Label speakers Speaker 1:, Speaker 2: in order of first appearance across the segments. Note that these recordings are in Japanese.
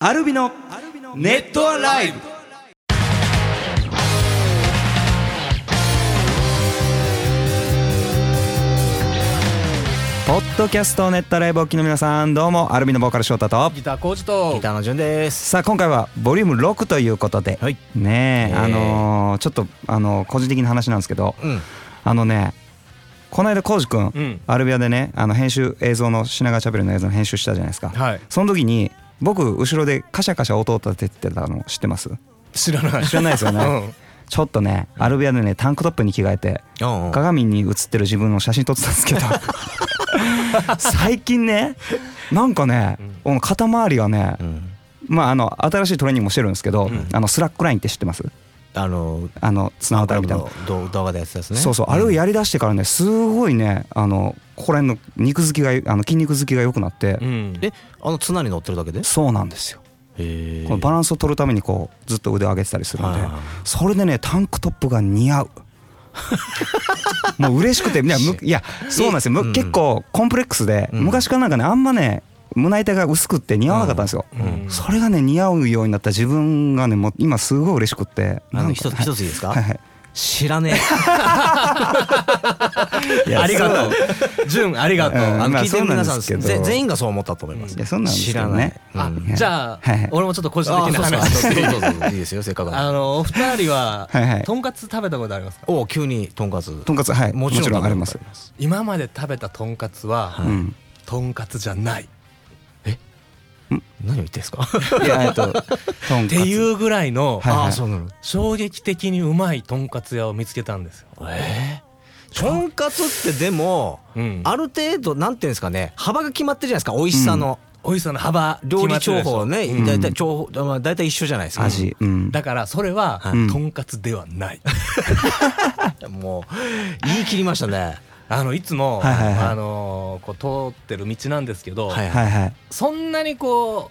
Speaker 1: アルビのネットアライブポッドキャストネットアライブお聞きの皆さんどうもアルビのボーカル翔太と
Speaker 2: ギター工事と
Speaker 3: ギターの順です。
Speaker 1: さあ今回はボリューム6ということで、
Speaker 3: はい
Speaker 1: ねえ、
Speaker 3: えー
Speaker 1: あのーちょっとあの個人的な話なんですけど
Speaker 3: うん。
Speaker 1: あのねこの間浩司君、
Speaker 2: うん
Speaker 1: アルビアでねあの編集映像の品川チャペルの映像の編集したじゃないですか、
Speaker 2: はい
Speaker 1: その時に僕後ろでカシャカシャ音を立ててたの知ってます
Speaker 2: 知らない
Speaker 1: 知らないですよね、
Speaker 2: うん
Speaker 1: ちょっとねアルビアでねタンクトップに着替えて
Speaker 3: うん
Speaker 1: 鏡に映ってる自分の写真撮ってたんですけど最近ねなんかね、この肩周りがね、
Speaker 3: うん。
Speaker 1: まああの新しいトレーニングもしてるんですけど、あのスラックラインって知ってます
Speaker 3: あの、
Speaker 1: あの綱渡りみたいな
Speaker 3: の動動画でやってたやつね。
Speaker 1: そうそうあれをやりだしてからねすごいねあのここら辺の肉付きがあの筋肉付きが良くなって、
Speaker 2: うん
Speaker 3: え、あの綱に乗ってるだけで。
Speaker 1: そうなんですよ、
Speaker 3: へ
Speaker 1: このバランスを取るためにこうずっと腕を上げてたりするんで
Speaker 3: はいはい
Speaker 1: それでねタンクトップが似合うもう嬉しくていやむいやそうなんですよ、む
Speaker 3: うん
Speaker 1: 結構コンプレックスで、
Speaker 3: うん
Speaker 1: 昔からなんかねあんまね胸板が薄くって似合わなかったんですよ、
Speaker 2: うんうん
Speaker 1: それがね似合うようになった自分がねもう今すごい嬉しくって
Speaker 3: あ
Speaker 1: なん
Speaker 3: の
Speaker 1: か
Speaker 3: 一つ一ついいですか
Speaker 1: はいはい。
Speaker 3: 知らね
Speaker 1: い
Speaker 3: え。
Speaker 1: や
Speaker 3: ありがとう。順ありがとう。
Speaker 1: うん
Speaker 3: あの
Speaker 1: まあ
Speaker 3: 聞いてる皆さん
Speaker 1: そうなんですけど
Speaker 3: ぜ全員がそう思ったと思います。
Speaker 1: いやそんなんですけ
Speaker 3: 知
Speaker 1: ど
Speaker 3: ら
Speaker 1: ね
Speaker 3: ない。
Speaker 2: あ
Speaker 3: うん
Speaker 1: い
Speaker 2: じゃあ
Speaker 1: はいはい
Speaker 2: 俺もちょっと個人
Speaker 3: あ、そう
Speaker 2: 的な話
Speaker 3: そうそうそうそういいですよ。せっかくなんで。
Speaker 2: あのお二人は
Speaker 1: はいはい
Speaker 2: とんかつ食べたことありますか
Speaker 3: お、急にとんかつ。
Speaker 1: とんかつはいも
Speaker 3: も
Speaker 1: ち
Speaker 3: ち
Speaker 1: ろ
Speaker 3: ろ
Speaker 1: ん
Speaker 3: ん
Speaker 1: あります。
Speaker 2: 今まで食べたとんかつは
Speaker 3: は
Speaker 1: うん
Speaker 2: とんかつじゃない
Speaker 3: 何を言ってんすか。
Speaker 1: いやえっととん
Speaker 2: っていううぐらいの
Speaker 1: はいはい
Speaker 3: あ、そうなの。
Speaker 2: 衝撃的にうまいとんかつ屋を見つけたんですよ
Speaker 3: えー。とんかつってでも、
Speaker 2: うん
Speaker 3: ある程度なんていうんですかね、幅が決まってるじゃないですか。美味しさの。
Speaker 2: おいしさの幅
Speaker 3: 料理
Speaker 2: 決
Speaker 3: 長
Speaker 2: まってるでしょ
Speaker 3: 法ね
Speaker 1: うん
Speaker 3: 大体長方まあ大体一緒じゃないですか
Speaker 1: 味うん
Speaker 2: だからそれは
Speaker 1: うん
Speaker 2: とんかつではない
Speaker 3: もう言い切りましたね
Speaker 2: あのいつも
Speaker 1: はいはいはい
Speaker 2: あのこう通ってる道なんですけど
Speaker 3: はい
Speaker 1: はいはい
Speaker 2: そんなにこう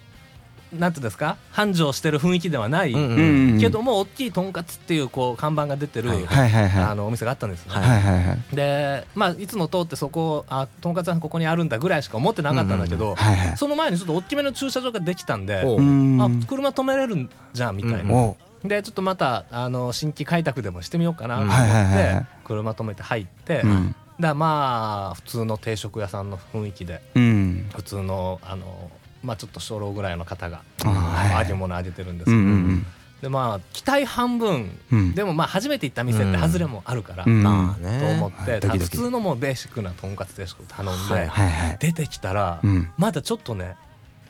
Speaker 2: なんていうんですか繁盛してる雰囲気ではない、
Speaker 3: うん
Speaker 1: うんうん
Speaker 2: けども大きいとんかつっていうこう看板が出てる、
Speaker 3: はい
Speaker 1: はいはい
Speaker 2: あ
Speaker 1: は
Speaker 2: のお店があったんですよ、
Speaker 1: いはいはいはい
Speaker 2: でまあいつも通ってそこあとんかつ屋さんここにあるんだぐらいしか思ってなかったんだけど、
Speaker 1: はいはい
Speaker 2: その前にちょっと大きめの駐車場ができたんで、
Speaker 3: お
Speaker 1: うーん
Speaker 2: あ車止めれるんじゃんみたいな、
Speaker 1: お
Speaker 2: でちょっとまたあの新規開拓でもしてみようかなと思
Speaker 1: はいはいはいは
Speaker 2: っ
Speaker 1: い
Speaker 2: て車止めて入って、
Speaker 1: うん
Speaker 2: だまあ普通の定食屋さんの雰囲気で
Speaker 1: うん
Speaker 2: 普通のあの、まあ、ちょっと初老ぐらいの方が
Speaker 1: あーはいはい
Speaker 2: 揚げ物揚げてるんです
Speaker 1: う
Speaker 2: け
Speaker 1: んう
Speaker 2: ど、
Speaker 1: ん
Speaker 2: でまあ期待半分、
Speaker 1: うん
Speaker 2: でもまあ初めて行った店って
Speaker 3: うん
Speaker 2: 外れもあるから、
Speaker 1: うん
Speaker 3: まあね
Speaker 2: と思って、
Speaker 1: はい
Speaker 2: た
Speaker 1: ドキド
Speaker 2: 普
Speaker 1: キ
Speaker 2: 通のもうベーシックなとんかつ定食頼んで、
Speaker 3: はい
Speaker 1: はいはい
Speaker 2: 出てきたら、
Speaker 1: うん
Speaker 2: まだちょっとね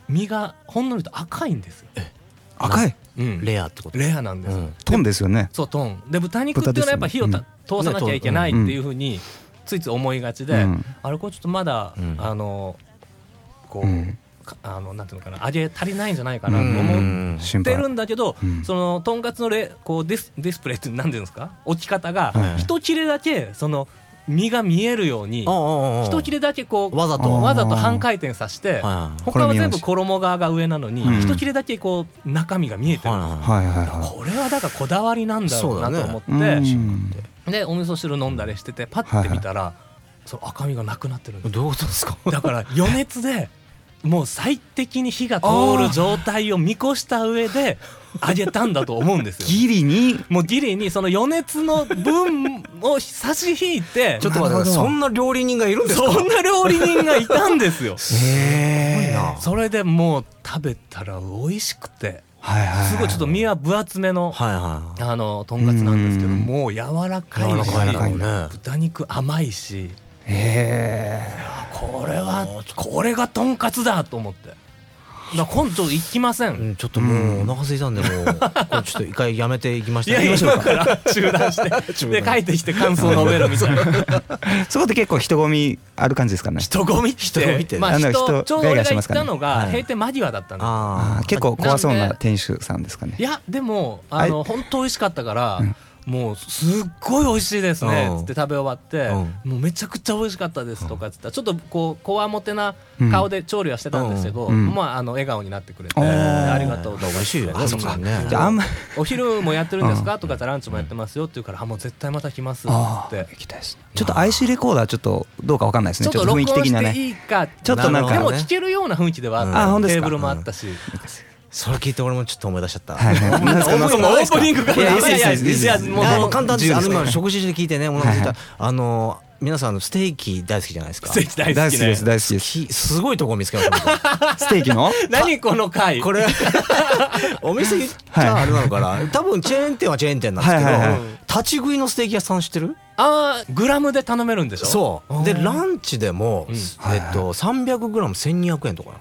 Speaker 2: 身がほんのりと赤いんですよ、
Speaker 1: 赤い
Speaker 2: うんレ
Speaker 3: レアってこと
Speaker 2: アなんですよ、
Speaker 3: うん
Speaker 1: トンですよね
Speaker 2: そうトンで豚肉っていうのはやっぱ火をた、
Speaker 1: 豚
Speaker 2: 通さなきゃいけないっていうふうについつい思いがちで、
Speaker 1: うん
Speaker 2: あれこれちょっとまだ、
Speaker 3: うん
Speaker 2: あのこう、
Speaker 1: うん
Speaker 2: かあのなんていうのかな揚げ足りないんじゃないかなと思
Speaker 3: ん
Speaker 1: 心
Speaker 2: って
Speaker 1: 配
Speaker 2: るんだけど、
Speaker 1: うん
Speaker 2: そのとんかつのレこうディスディスプレイって何ていうんですか置き方が
Speaker 1: はい
Speaker 2: 一切れだけその身が見えるように
Speaker 3: ああああああ
Speaker 2: 一切れだけこう
Speaker 3: わざと
Speaker 2: わざと半回転させて
Speaker 3: はい
Speaker 2: 他
Speaker 1: これ
Speaker 2: は全
Speaker 1: 見えま
Speaker 2: 部
Speaker 1: す
Speaker 2: 衣側が上なのに
Speaker 1: うん
Speaker 2: 一切れだけこう中身が見えてる。
Speaker 3: は
Speaker 1: はいはいは
Speaker 2: これはだからこだわりなんだろうなと思っ
Speaker 1: いうん
Speaker 2: て、でお味噌汁飲んだりしててパッて見たら、その赤みがなくなってるんです
Speaker 3: いどういうことですか
Speaker 2: だから余熱でもう最適に火が通る状態を見越した上で揚げたんだと思うんですよ。
Speaker 1: ギリに
Speaker 2: もうギリにその余熱の分を差し引いて
Speaker 3: ちょっと待ってください
Speaker 1: なるほど
Speaker 3: そんな料理人がいるんですか
Speaker 2: そんな料理人がいたんで す
Speaker 3: へ
Speaker 2: よ。
Speaker 3: え
Speaker 2: それでもう食べたら美味しくて
Speaker 1: はいはいはい
Speaker 2: すごいちょっと身は分厚めの
Speaker 3: はいはい
Speaker 2: あのとんかつなんですけど
Speaker 1: うん
Speaker 2: もう柔らかいし
Speaker 3: 柔らかいね
Speaker 2: 豚肉甘いし
Speaker 1: へ
Speaker 2: これはこれがとんかつだと思ってだから今度行きませ
Speaker 3: うんんちょっともうお腹空いたんでもうこれちょっと一回やめていきまし
Speaker 2: い
Speaker 3: た
Speaker 2: や今から中断してで帰ってきて感想を述べるみたいな
Speaker 1: えそこって結構人混みある感じですかね
Speaker 2: 人混み人
Speaker 3: 混みって
Speaker 2: まあ
Speaker 1: あの
Speaker 2: 人
Speaker 1: 人
Speaker 2: ちょう
Speaker 1: ガ
Speaker 2: ど俺
Speaker 1: ヤガヤ
Speaker 2: が
Speaker 1: し
Speaker 2: 行
Speaker 1: ま
Speaker 2: っ
Speaker 1: すから
Speaker 2: た
Speaker 1: ね
Speaker 2: のが閉店間際だったの
Speaker 3: あ
Speaker 1: あ
Speaker 3: あ
Speaker 1: ー結構怖そう
Speaker 2: なん
Speaker 1: な
Speaker 2: で
Speaker 1: 店主さんですかね
Speaker 2: いやでも
Speaker 1: あ
Speaker 2: あ
Speaker 1: い
Speaker 2: の本当美味しかったからもうすっごい美味しいですね
Speaker 3: うん
Speaker 2: つって食べ終わって
Speaker 3: う
Speaker 2: もうめちゃくちゃ美味しかったですとかつったらちょっとこうこわもてな顔で調理はしてたんですけど
Speaker 1: うん
Speaker 2: まああの笑顔になってくれて
Speaker 1: おー
Speaker 2: ありがとうと
Speaker 3: 美味しいよね
Speaker 2: あ
Speaker 3: そっかね
Speaker 1: じゃああんま
Speaker 2: お昼もやってるんですかとかってランチもやってますよって言うからあもう絶対また来ますっつ
Speaker 1: あ
Speaker 2: っ
Speaker 1: ー
Speaker 2: て
Speaker 1: 行きたいですねちょっと IC レコーダーちょっとどうかわかんないです
Speaker 2: ち
Speaker 1: ね
Speaker 2: ょっ
Speaker 1: ちょ
Speaker 2: と
Speaker 1: っと
Speaker 2: 録
Speaker 1: 雰
Speaker 2: 音
Speaker 1: 囲気的な
Speaker 2: して
Speaker 1: ね
Speaker 2: いいか
Speaker 1: ちょっとなんか
Speaker 2: で
Speaker 3: なるほ
Speaker 2: も
Speaker 3: どね
Speaker 2: 聞けるような雰囲気ではあっ
Speaker 3: あ
Speaker 2: た
Speaker 1: 本当です
Speaker 2: テ
Speaker 1: か
Speaker 2: ーブルもあったし
Speaker 3: それ聞いて俺もちょっと思い出しちゃった。
Speaker 1: はいはい
Speaker 3: 思い出
Speaker 1: なんですか
Speaker 3: 思い出
Speaker 1: なん
Speaker 2: ですかオープニングから
Speaker 3: いやいやいや
Speaker 1: いいですいいです
Speaker 3: いや
Speaker 1: いいです
Speaker 3: もう
Speaker 1: はい
Speaker 3: 簡単で
Speaker 1: 自由
Speaker 3: す。あ
Speaker 1: で
Speaker 3: の
Speaker 1: す
Speaker 3: 今食事中で聞いてね、お腹空い
Speaker 1: は
Speaker 3: た
Speaker 1: い。
Speaker 3: あの皆さんあのステーキ大好きじゃないですか。
Speaker 2: ステーキ大
Speaker 1: 大好
Speaker 2: 好き
Speaker 1: き
Speaker 2: ね
Speaker 1: です大好き です
Speaker 3: きすごいとこ見つけました。
Speaker 1: ステーキの
Speaker 2: 何この回
Speaker 3: これお店じゃあれなのかな。多分チェーン店はチェーン店なんですけど
Speaker 1: はいはいはい、
Speaker 3: 立ち食いのステーキ屋さん知ってる？
Speaker 2: あーグラムで頼めるんでしょ
Speaker 3: そう。でランチでも
Speaker 2: うん
Speaker 3: えっと300グラム1200円とかな。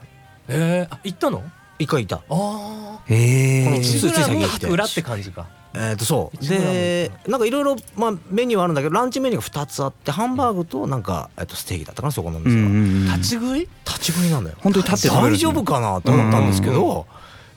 Speaker 2: えー、あ行ったの
Speaker 3: 一回いた。
Speaker 2: あ
Speaker 1: ええ
Speaker 3: ついつい
Speaker 2: 1グラ
Speaker 3: 先
Speaker 2: ム
Speaker 3: に
Speaker 2: は
Speaker 3: 来て
Speaker 2: 100裏って感じか
Speaker 3: えー、とそう
Speaker 2: 1グラム
Speaker 3: でなんかいろいろまあメニューはあるんだけどランチメニューが2つあってハンバーグとなんか、えっとステーキだったかなそこの
Speaker 1: うんう
Speaker 3: 店は、
Speaker 1: んうん
Speaker 2: 立ち食い
Speaker 3: 立ち食いなんだよ
Speaker 1: 本当に立って食べるん
Speaker 3: 大
Speaker 1: です
Speaker 3: 丈
Speaker 1: ね
Speaker 3: 夫かなと思ったんですけど、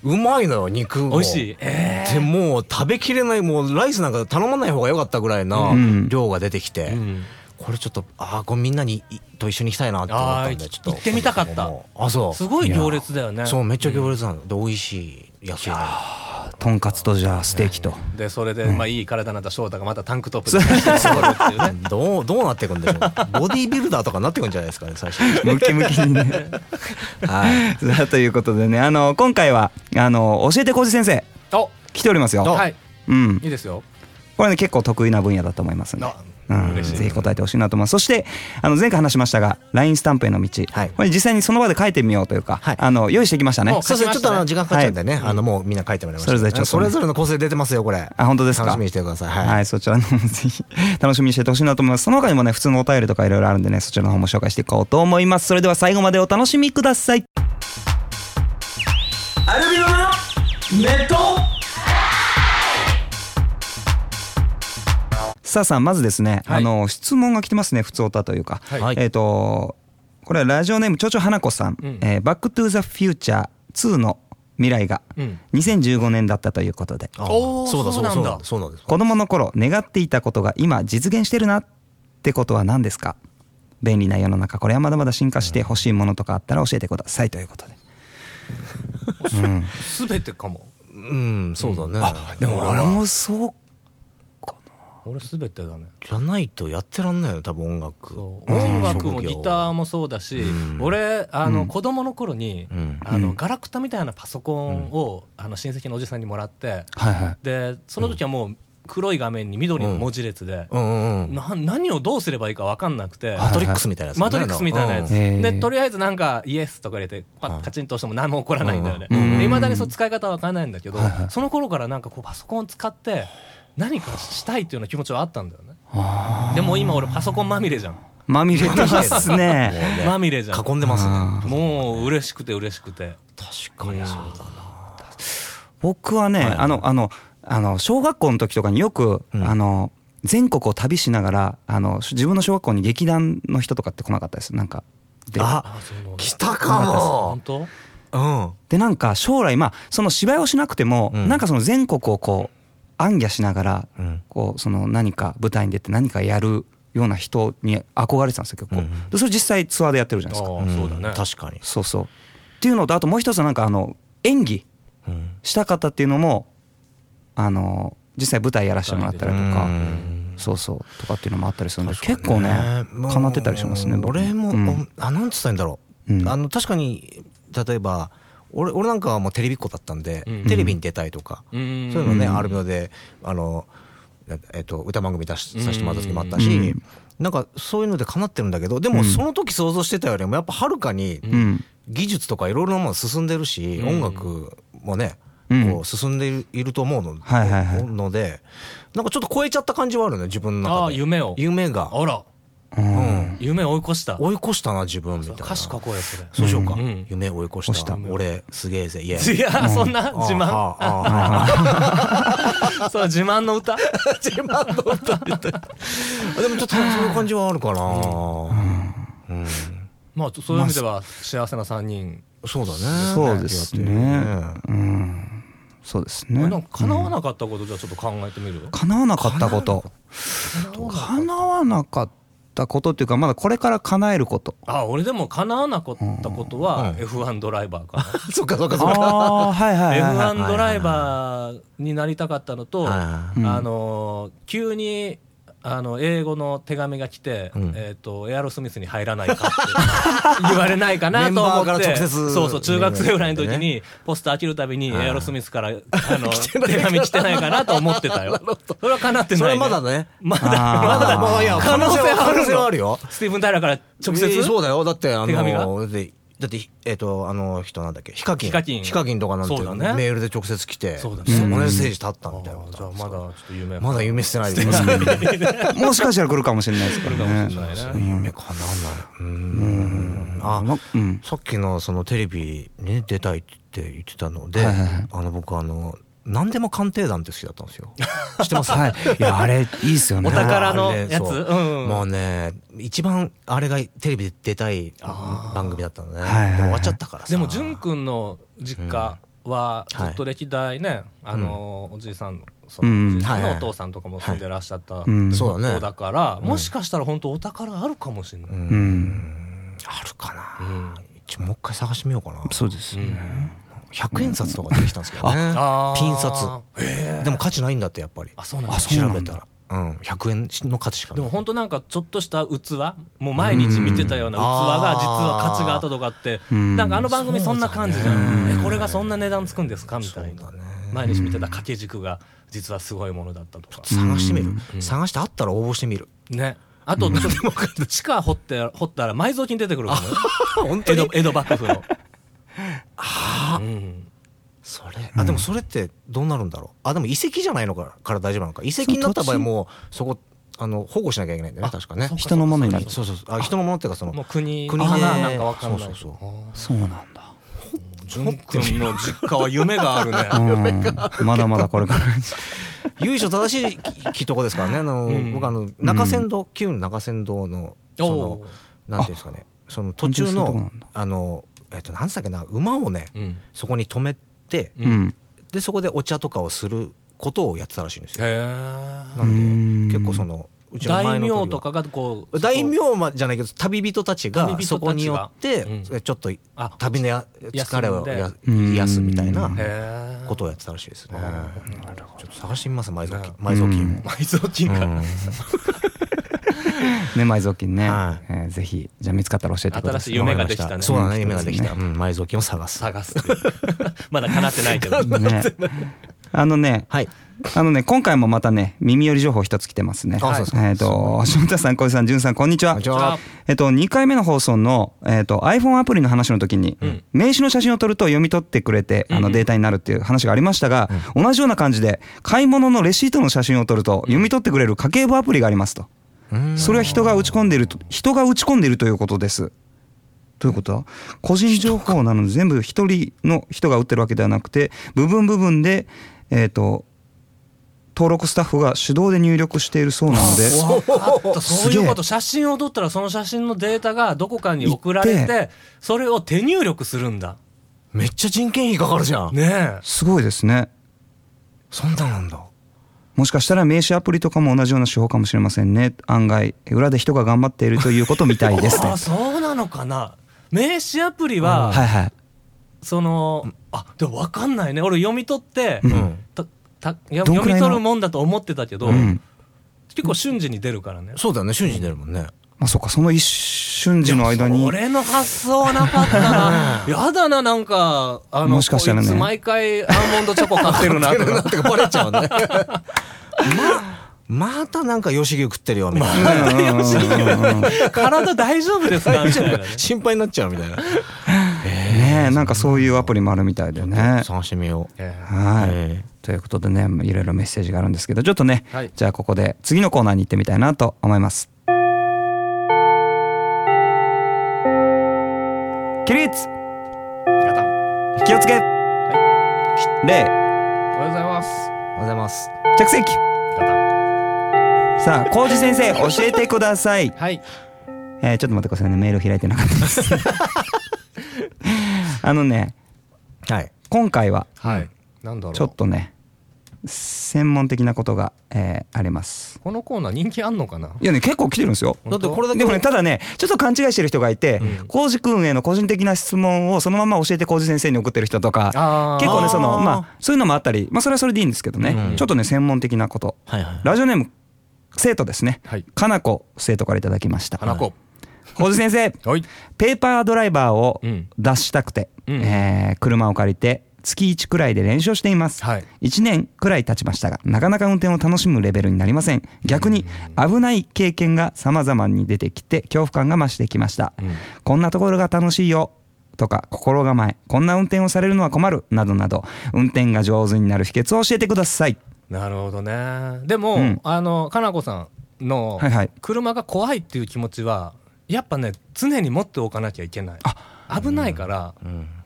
Speaker 3: うまいのよ肉も
Speaker 2: 美味しいえ
Speaker 3: でもう食べきれないもうライスなんか頼まない方が良かったぐらいな
Speaker 1: うん
Speaker 3: 量が出てきて、
Speaker 2: ーうん
Speaker 3: これちょっとああこれみんなにいと一緒に行きたいなって思ったん
Speaker 2: あー
Speaker 3: でちょっと
Speaker 2: 行ってみたかった
Speaker 3: もうあそ
Speaker 2: すごい行列だよね
Speaker 3: うそうめっちゃ行列なので美味しい安いのに
Speaker 1: とんかつとじゃあステーキと
Speaker 2: でそれで、まあいい体になった翔太がまたタンクトップでそうだっていうね
Speaker 3: どうどうなっていくんでしょうボディービルダーとかなっていくんじゃないですかね最初
Speaker 1: ムキムキに ね
Speaker 3: はい
Speaker 1: さあということで ねあの今回はあの教えて浩二先生
Speaker 2: お
Speaker 1: 来ておりますよ
Speaker 2: はい
Speaker 1: うん
Speaker 2: いいですよ
Speaker 1: これね結構得意な分野だと思いますんで
Speaker 2: あ
Speaker 1: うん
Speaker 2: 嬉しい
Speaker 1: ぜひ答えてほしいなと思いますそしてあの前回話しましたが LINE スタンプへの道、
Speaker 3: はい
Speaker 1: これ実際にその場で書いてみようというか、
Speaker 3: はい
Speaker 1: あの用意してきましたね
Speaker 2: お
Speaker 3: そうですねちょっとあの時間かかっちゃうんでね、
Speaker 2: はい
Speaker 3: あのもうみんな書いてもらいました
Speaker 1: それぞれちょっとね
Speaker 3: それぞれの個性出てますよこれ
Speaker 1: あ本当ですか
Speaker 3: 楽しみにしてください
Speaker 1: は
Speaker 3: はい
Speaker 1: い、、そちらの方もぜひ 楽しみにしててほしいなと思いますその他にもね普通のお便りとかいろいろあるんでねそちらの方も紹介していこうと思いますそれでは最後までお楽しみくださいさあさあまずですね、
Speaker 2: は
Speaker 1: あ
Speaker 2: い
Speaker 1: の質問が来てますね普通おたというか、
Speaker 2: はい
Speaker 3: はい
Speaker 1: えっ、とこれはラジオネームちょちょ花子さん、
Speaker 2: うん
Speaker 1: えーバックトゥザフューチャー2の未来が
Speaker 2: うん
Speaker 1: 2015年だったということで
Speaker 3: あ
Speaker 2: おー
Speaker 3: そうだ
Speaker 2: そ
Speaker 3: そうう
Speaker 2: な
Speaker 3: だ
Speaker 2: んだ
Speaker 3: そうだそうなんです
Speaker 1: 子供の頃願っていたことが今実現してるなってことは何ですか便利な世の中これはまだまだ進化して欲しいものとかあったら教えてくださいということで、うん、
Speaker 2: すべてかも
Speaker 3: うんそうだね、
Speaker 1: でも俺もそう
Speaker 2: 俺すべてだね
Speaker 3: じゃないとやってらんないよ多分音楽
Speaker 2: そう音楽もギター
Speaker 3: も
Speaker 2: もそうだし、
Speaker 3: うん
Speaker 2: 俺あの、
Speaker 1: うん
Speaker 2: 子供の頃に、
Speaker 3: うん
Speaker 2: あ
Speaker 1: う
Speaker 2: の
Speaker 1: ん
Speaker 2: ガラクタみたいなパソコンを、あの親戚のおじさんにもらって
Speaker 1: はいはい
Speaker 2: でその時はもう黒い画面に緑の文字列で、
Speaker 3: うんうんうん
Speaker 2: な何をどうすればいいか分かんなくて、
Speaker 1: はい
Speaker 3: マトリックスみたいなやつ、
Speaker 2: マトリックスみたいなやつ、
Speaker 1: うんへー
Speaker 2: でとりあえずなんかイエスとか入れてパ
Speaker 3: は
Speaker 2: ッ
Speaker 3: い
Speaker 2: カチンと押しても何も起こらないんだよね
Speaker 1: うんうん
Speaker 2: いまだにそう使い方は分からないんだけど、
Speaker 1: はいはい
Speaker 2: その頃からなんかこうパソコンを使って何かしたいっていうような気持ちはあったんだよねでも今俺パソコンまみれじゃん
Speaker 1: まみれてます
Speaker 3: も
Speaker 1: ね
Speaker 3: うね
Speaker 2: まみれじゃん
Speaker 3: 囲んでますね
Speaker 2: もう嬉しくて嬉しくて
Speaker 3: 確かにそうだな
Speaker 1: 僕はね、
Speaker 3: はい
Speaker 1: あのあのあの小学校の時とかによく、
Speaker 3: うん
Speaker 1: あの全国を旅しながらあの自分の小学校に劇団の人とかって来なかったですなんかで
Speaker 3: あ
Speaker 2: あそういうの
Speaker 3: 来たかも
Speaker 2: 本当
Speaker 3: うん
Speaker 1: でなんか将来まあその芝居をしなくても、
Speaker 3: うん
Speaker 1: なんかその全国をこう行脚しながら
Speaker 3: うん
Speaker 1: こうその何か舞台に出て何かやるような人に憧れてたんですよ結構、
Speaker 3: うんうん
Speaker 1: でそれ実際ツアーでやってるじゃないですか
Speaker 2: ああそうだ
Speaker 3: ん
Speaker 2: ね
Speaker 3: 確かに
Speaker 1: そうそうっていうのとあともう一つはなんかあの演技
Speaker 3: うん
Speaker 1: したかったっていうのもあの実際舞台やらせてもらったりとか、
Speaker 3: うん
Speaker 1: そうそうとかっていうのもあったりするんで
Speaker 3: 確かに
Speaker 1: 結構ね
Speaker 3: もう
Speaker 1: 叶ってたりしますね僕
Speaker 3: 俺も、
Speaker 1: うん
Speaker 3: あなんつったらいいんだろう、
Speaker 1: うん
Speaker 3: あの確かに例えば俺俺なんかはもうテレビっ子だったんで、
Speaker 2: うん
Speaker 3: テレビに出たいとか、
Speaker 2: そうい
Speaker 3: そういうのね、
Speaker 1: うん
Speaker 3: あるのであの、えっと、歌番組出し
Speaker 2: うん
Speaker 3: させてもらった時もあったし、
Speaker 1: うん
Speaker 3: なんかそういうので叶ってるんだけどで
Speaker 1: う
Speaker 3: も
Speaker 1: ん
Speaker 3: その時想像してたよりもやっぱはるかに
Speaker 1: うん
Speaker 3: 技術とかいろいろなもの進んでるし、
Speaker 2: うん
Speaker 3: 音楽もね
Speaker 1: うん
Speaker 3: こう進んでいるいると思うの,、
Speaker 1: はいはいはい
Speaker 3: のでなんかちょっと超えちゃった感じはあるね自分の
Speaker 2: あ
Speaker 3: 中
Speaker 2: あ
Speaker 3: で
Speaker 2: 夢を
Speaker 3: 夢が
Speaker 2: あら
Speaker 1: うん
Speaker 2: 夢追い越した
Speaker 3: 追い越したな自分みたいな
Speaker 2: 歌詞書こうよそれ
Speaker 3: そうしようか、
Speaker 2: うん
Speaker 3: 夢追い越した
Speaker 1: 越した
Speaker 3: 俺すげえぜ イエ
Speaker 2: いやそんな自慢
Speaker 3: あああああ
Speaker 2: そう自慢の歌
Speaker 3: あ 自慢の歌みたいな でもちょっとそういう感じはあるかな、うん
Speaker 2: まあそういう意味では幸せな3人
Speaker 3: そうだね
Speaker 1: そうですね
Speaker 3: やってる
Speaker 1: うんそうですね
Speaker 2: なんか叶わなかったことじゃあちょっと考えてみる
Speaker 1: 叶わなかったこと叶わなかったことっていうかまだこれから叶えること
Speaker 2: あ俺でも叶わなかったことは
Speaker 3: うん
Speaker 2: F1 ドライバーかな
Speaker 3: そっかそっかそっか
Speaker 1: ああはいはいはいはい
Speaker 2: F1 ドライバーになりたかったのと、
Speaker 3: はいはい
Speaker 1: はい
Speaker 2: あのー急にあの英語の手紙が来て、
Speaker 3: うん
Speaker 2: えっとエアロスミスに入らないかって 言われないかなと思
Speaker 3: メンバーから
Speaker 2: って
Speaker 3: 直接
Speaker 2: そうそう中学生ぐらいの時に
Speaker 3: ね
Speaker 2: ポスター開けるたびにエアロスミスからあの
Speaker 3: てないか
Speaker 2: 手紙来てないか なと思ってたよそれはかなって
Speaker 3: そ
Speaker 2: な
Speaker 3: れ
Speaker 2: い、
Speaker 3: はまだね
Speaker 2: まだ
Speaker 1: あー
Speaker 2: まだ
Speaker 3: まあいや
Speaker 2: 可能性はあ
Speaker 3: 可能
Speaker 2: る
Speaker 3: 性はあ
Speaker 2: の
Speaker 3: るよ
Speaker 2: スティーブン・タイラーから直接、
Speaker 3: えーそうだよだってあ
Speaker 2: 手紙が
Speaker 3: のだってだってえっ、とあの人なんだっけヒカキン
Speaker 2: ヒカキン
Speaker 3: とかなんて
Speaker 2: そうだね
Speaker 3: メールで直接来て
Speaker 2: そうだね
Speaker 3: ねメッセージ立った
Speaker 2: あ
Speaker 3: みたいな
Speaker 2: ーじゃあまだちょっと夢
Speaker 3: まだ夢捨てないで
Speaker 1: もしかしたら来るかもしれないですからね
Speaker 2: 来るかもしれないね
Speaker 3: 夢かなうんあ
Speaker 1: まうん
Speaker 3: さっきのそのテレビにね出たいって言ってたので、
Speaker 1: はいはいはい
Speaker 3: あの僕あの何でも鑑定団って好きだったんですよ。知ってます。
Speaker 1: はいいやあれいいっす よね
Speaker 2: お宝の
Speaker 3: あれ
Speaker 2: やつ
Speaker 3: そう
Speaker 2: うん
Speaker 3: もうね一番あれがテレビで出たい番組だったのね。で
Speaker 1: はいはいはい
Speaker 3: も終わっちゃったからさ。
Speaker 2: でも淳くんの実家は
Speaker 3: うん
Speaker 2: ずっと歴代ね、あのおじいさんそ
Speaker 1: うん
Speaker 2: のおじいさん
Speaker 3: はい
Speaker 2: の
Speaker 3: は
Speaker 2: お
Speaker 3: い
Speaker 2: 父さんとかも住んでらっしゃった
Speaker 1: うん
Speaker 3: そうだ
Speaker 2: 子
Speaker 3: ね。
Speaker 2: だから、もしかしたら本当お宝あるかもしれない、
Speaker 1: う
Speaker 3: うん
Speaker 1: ん
Speaker 3: あるかな。
Speaker 2: うん
Speaker 3: 一応もう一回探してみようかな。
Speaker 1: そうですよね
Speaker 3: 100円札とか出てきたんですけどね。
Speaker 2: あー
Speaker 3: ピン札。でも価値ないんだってやっぱり。
Speaker 2: あそうなん
Speaker 1: あ
Speaker 2: だ
Speaker 1: そう
Speaker 3: 調
Speaker 1: なんだ
Speaker 3: べたら。うん、100円の価値しか
Speaker 2: で
Speaker 3: ない
Speaker 2: も。本当なんかちょっとした器もう毎日見てたような器
Speaker 3: うん
Speaker 2: が
Speaker 3: あー
Speaker 2: 実は価値があったとかって
Speaker 1: うん
Speaker 2: なんかあの番組そんな感じじゃん、
Speaker 1: うん
Speaker 2: えこれがそんな値段つくんですかみたい
Speaker 3: そう
Speaker 2: な
Speaker 3: だね
Speaker 2: 毎日見てた掛け軸が実はすごいものだったとか
Speaker 3: 探してみる、
Speaker 2: うん
Speaker 3: 探してあったら応募してみる、
Speaker 2: ねあとちょっと地下掘って掘ったら埋蔵金出てくるかもよ
Speaker 3: 本
Speaker 2: 江戸江戸幕府のああ、うん、
Speaker 3: それあでもそれってどうなるんだろうあでも遺跡じゃないのかから大丈夫なのか遺跡になった場合もうそこあの保護しなきゃいけないんだよね確かね
Speaker 2: そうか
Speaker 1: 人のものになる
Speaker 3: そうそうそうあ人のものっていうかその
Speaker 2: もう国
Speaker 3: 国で
Speaker 2: あななんかわかんない
Speaker 3: そうそう
Speaker 1: そうなんだ
Speaker 2: 淳君の実家は夢があるね
Speaker 1: うんまだまだこれ から
Speaker 3: 由緒正しいききとこですからねあの、
Speaker 2: うん
Speaker 3: 僕あの中山道旧中山道のその
Speaker 2: おー
Speaker 3: なんていうんですかねその途中
Speaker 1: 本当にそういうとこな
Speaker 3: の
Speaker 1: んだ
Speaker 3: あのえっとなんつったっけな馬をね
Speaker 2: うん
Speaker 3: そこに止めて
Speaker 2: う
Speaker 1: うんん
Speaker 3: でそこでお茶とかをすることをやってたらしいんですよ
Speaker 2: へえ
Speaker 3: な
Speaker 1: うん
Speaker 3: んで結構そのうちの前
Speaker 2: 大
Speaker 3: の時は
Speaker 2: 名とかがこう
Speaker 3: 大名まじゃないけど旅人たちが
Speaker 2: 旅人たちが
Speaker 3: そこによって
Speaker 2: うん
Speaker 3: ちょっと
Speaker 2: あ
Speaker 3: 旅のや
Speaker 2: 休ん
Speaker 3: 疲
Speaker 2: で
Speaker 3: れをや
Speaker 1: うん
Speaker 3: 癒やすみたいな
Speaker 2: へえ
Speaker 3: ことをやってたらしいですね
Speaker 2: うん
Speaker 3: ちょっと探してみます埋蔵金
Speaker 2: ね
Speaker 3: 埋蔵金を
Speaker 2: 埋蔵金
Speaker 3: う
Speaker 2: が
Speaker 3: ん
Speaker 1: ね埋蔵金ね
Speaker 3: は
Speaker 1: えーぜひじゃあ見つかったら教えてくださ
Speaker 2: 新し
Speaker 1: い
Speaker 2: い夢ができたね
Speaker 3: そうだ
Speaker 1: う
Speaker 3: ね
Speaker 1: ん
Speaker 3: 夢ができたうん埋蔵金を探す
Speaker 2: 探すっていう まだ叶ってないけど
Speaker 1: ねあのね
Speaker 3: はい
Speaker 1: あのね今回もまたね耳寄り情報一つ来てますね。
Speaker 3: あそうですか
Speaker 1: えっ、と翔太さん小路さんじゅんさんこんにちは。
Speaker 3: こんにちは
Speaker 1: えっ、と2回目の放送のえっ、と iPhone アプリの話の時に、
Speaker 2: うん
Speaker 1: 名刺の写真を撮ると読み取ってくれてあ
Speaker 2: うんう
Speaker 1: の
Speaker 2: ん
Speaker 1: データになるっていう話がありましたが、同じような感じで買い物のレシートの写真を撮ると読み取ってくれる家計簿アプリがありますと。
Speaker 3: うん
Speaker 1: それは人が打ち込んでいると人が打ち込んでいるということです。どういうことだ個人情報なので全部一人の人が打ってるわけではなくて部分部分で、えー、と登録スタッフが手動で入力しているそうなので
Speaker 2: そういうこと写真を撮ったらその写真のデータがどこかに送ら
Speaker 1: 行
Speaker 2: れ
Speaker 1: って
Speaker 2: それを手入力するんだ
Speaker 3: めっちゃ人件費かかるじゃん
Speaker 2: ねえ
Speaker 1: すごいですね。
Speaker 3: そんなんなんだ
Speaker 1: もしかしたら名刺アプリとかも同じような手法かもしれませんね案外裏で人が頑張っているということみたいですね
Speaker 2: あ。そうなのかな名刺アプリは
Speaker 1: はいはい、
Speaker 2: そのあでも分かんないね俺読み取って
Speaker 1: うん
Speaker 3: うん
Speaker 2: たたいや
Speaker 1: どん
Speaker 2: 読
Speaker 1: くらいの
Speaker 2: み取るもんだと思ってたけど
Speaker 1: うん
Speaker 2: 結構瞬時に出るからね
Speaker 3: そうだよね瞬時に出るもんね
Speaker 1: まあ、そっかその一瞬時の間に
Speaker 2: 俺の発想はなかっ たなやだななんかあの
Speaker 1: もしかしたらね
Speaker 2: こいつ毎回アーモンドチョコ買ってるなと
Speaker 3: 出るな
Speaker 2: か
Speaker 3: ってかバレちゃうね ままたなんか吉木食ってるよみたいな
Speaker 1: うんうんうんうん
Speaker 2: 体大丈夫です かみたいなね
Speaker 3: 心配になっちゃうみ たいな
Speaker 1: ねえなんかそういうアプリもあるみたいでね。
Speaker 3: 探してみよう
Speaker 2: ええ
Speaker 1: はい
Speaker 3: ええ
Speaker 1: ということでねいろいろメッセージがあるんですけどちょっとね、
Speaker 2: はい
Speaker 1: じゃあここで次のコーナーに行ってみたいなと思います。起立
Speaker 2: やった
Speaker 1: 気をつけ、礼
Speaker 2: おはようございます
Speaker 3: おはようございます
Speaker 1: 着席
Speaker 2: やっ
Speaker 1: さあ浩二先生教えてください
Speaker 2: た。はい
Speaker 1: えーちょっと待ってくださいねメール開いてなかったです。 あのね
Speaker 3: はい
Speaker 1: 今回は
Speaker 2: はいなんだろう
Speaker 1: ちょっとね専門的なことが、えーあります。
Speaker 2: このコーナー人気あんのかない
Speaker 1: やね結構来てるんですよ。
Speaker 2: だってこ
Speaker 3: れだけ
Speaker 1: でもねただねちょっと勘違いしてる人がいて
Speaker 2: うん
Speaker 1: 浩司、君への個人的な質問をそのまま教えて浩司先生に送ってる人とか
Speaker 2: あ
Speaker 1: 結構ねその
Speaker 3: あー
Speaker 1: まあそういうのもあったりまあそれはそれでいいんですけどね、
Speaker 2: うん
Speaker 1: ちょっとね専門的なこと
Speaker 3: はいはい
Speaker 1: ラジオネーム生徒ですね、
Speaker 2: はい
Speaker 1: かなこ生徒からいただきました
Speaker 2: 花子
Speaker 1: 小路先生
Speaker 2: はい
Speaker 1: ペーパードライバーを
Speaker 2: うん
Speaker 1: 脱したくて、
Speaker 2: うん
Speaker 1: えー車を借りて月1くらいで練習をしています、
Speaker 2: はい
Speaker 1: 1年くらい経ちましたがなかなか運転を楽しむレベルになりません逆に危ない経験が様々に出てきて恐怖感が増してきました、
Speaker 2: うん
Speaker 1: こんなところが楽しいよとか心構えこんな運転をされるのは困るなどなど運転が上手になる秘訣を教えてください
Speaker 2: なるほどねでも、
Speaker 1: うん
Speaker 2: あのかなこさんの
Speaker 1: はいはい
Speaker 2: 車が怖いっていう気持ちはやっぱね常に持っておかなきゃいけない危ないから、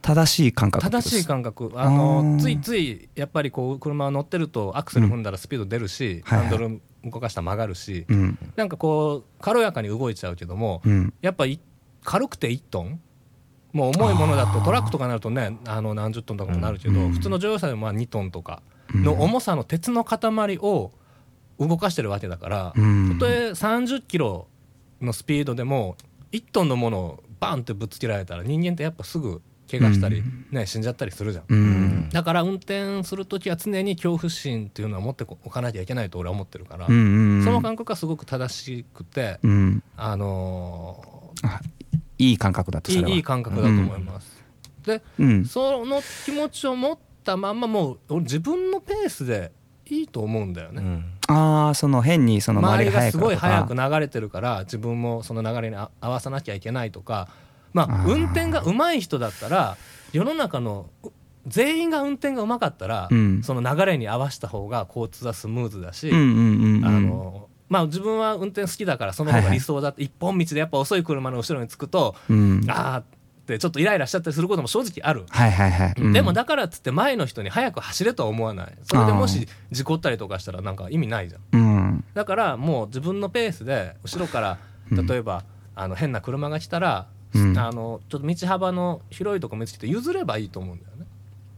Speaker 1: 正しい感覚ってこと
Speaker 2: 正
Speaker 1: で
Speaker 2: しい
Speaker 1: す
Speaker 2: 感覚あ
Speaker 1: あ
Speaker 2: の
Speaker 1: ー
Speaker 2: ついついやっぱりこう車乗ってるとアクセル踏んだらスピード出るし、
Speaker 1: はいは
Speaker 2: ハ
Speaker 1: い
Speaker 2: ンドル動かしたら曲がるし、
Speaker 1: うん
Speaker 2: なんかこう軽やかに動いちゃうけども、
Speaker 1: うん
Speaker 2: やっぱい軽くて1トンもう重いものだとトラックとかになるとねあの何十トンとかもなるけど、
Speaker 1: うん
Speaker 2: 普通の乗用車でもまあ2トンとか
Speaker 1: うん
Speaker 2: の重さの鉄の塊を動かしてるわけだから、
Speaker 1: うん
Speaker 2: たとえ30キロのスピードでも1トンのものをバンってぶつけられたら人間ってやっぱすぐ怪我したり、ね、死んじゃったりするじゃん。
Speaker 1: うん
Speaker 2: だから運転する時は常に恐怖心っていうのは持っておかなきゃいけないと俺は思ってるから、
Speaker 1: うんうん
Speaker 2: その感覚はすごく正しくて、
Speaker 1: うん
Speaker 2: あの
Speaker 1: あいい感覚だと
Speaker 2: ー
Speaker 1: それはい
Speaker 2: いいい感覚だと思います。で
Speaker 1: うん
Speaker 2: その気持ちを持ったまんまもう俺自分のペースでいいと思うんだよね。
Speaker 1: ああその変にその周
Speaker 2: 周
Speaker 1: り
Speaker 2: り
Speaker 1: が
Speaker 2: が
Speaker 1: 早
Speaker 2: す
Speaker 1: く
Speaker 2: ごい早く流れてるから自分もその流れにあ合わさなきゃいけないとかま
Speaker 1: あ
Speaker 2: あ
Speaker 1: ー
Speaker 2: 運転が上手い人だったら世の中のう全員が運転が上手かったら、
Speaker 1: うん
Speaker 2: その流れに合わせた方が交通はスムーズだし、
Speaker 1: うんうんうんうん
Speaker 2: あのまあ、自分は運転好きだからその方が理想だって、一本道でやっぱ遅い車の後ろにつくと、
Speaker 1: うん
Speaker 2: あーってちょっとイライラしちゃったりすることも正直ある。
Speaker 1: はいはいはい、うん
Speaker 2: でもだからっつって前の人に早く走れとは思わないそれでもし事故ったりとかしたらなんか意味ないじゃん
Speaker 1: うん
Speaker 2: だからもう自分のペースで後ろから
Speaker 1: うん
Speaker 2: 例えば、あの変な車が来たら、
Speaker 1: うん
Speaker 2: あのちょっと道幅の広いとこ見つけて譲ればいいと思うんだよね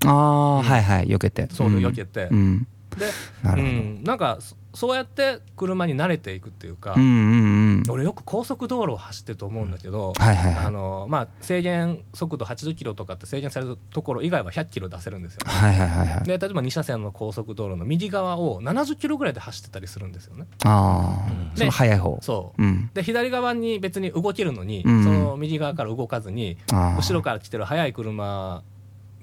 Speaker 1: ああ、はいはい避けて
Speaker 2: そう避けて
Speaker 1: うん
Speaker 2: で
Speaker 1: な
Speaker 2: う
Speaker 1: るほど
Speaker 2: ん、なんかそそうやって車に慣れていくっていうか、
Speaker 1: うんうんうん
Speaker 2: 俺よく高速道路を走ってると思うんだけど、
Speaker 1: はいはいはい
Speaker 2: あのまあ、制限速度80キロとかって制限されるところ以外は100キロ出せるんですよ。
Speaker 1: はいはいはいはい
Speaker 2: で例えば2車線の高速道路の右側を70キロぐらいで走ってたりするんですよね。
Speaker 1: ああ、
Speaker 2: で
Speaker 1: その早い方
Speaker 2: そう
Speaker 1: う、ん
Speaker 2: で左側に別に動けるのに、
Speaker 1: うん
Speaker 2: その右側から動かずに
Speaker 1: ああ
Speaker 2: 後ろから来てる速い車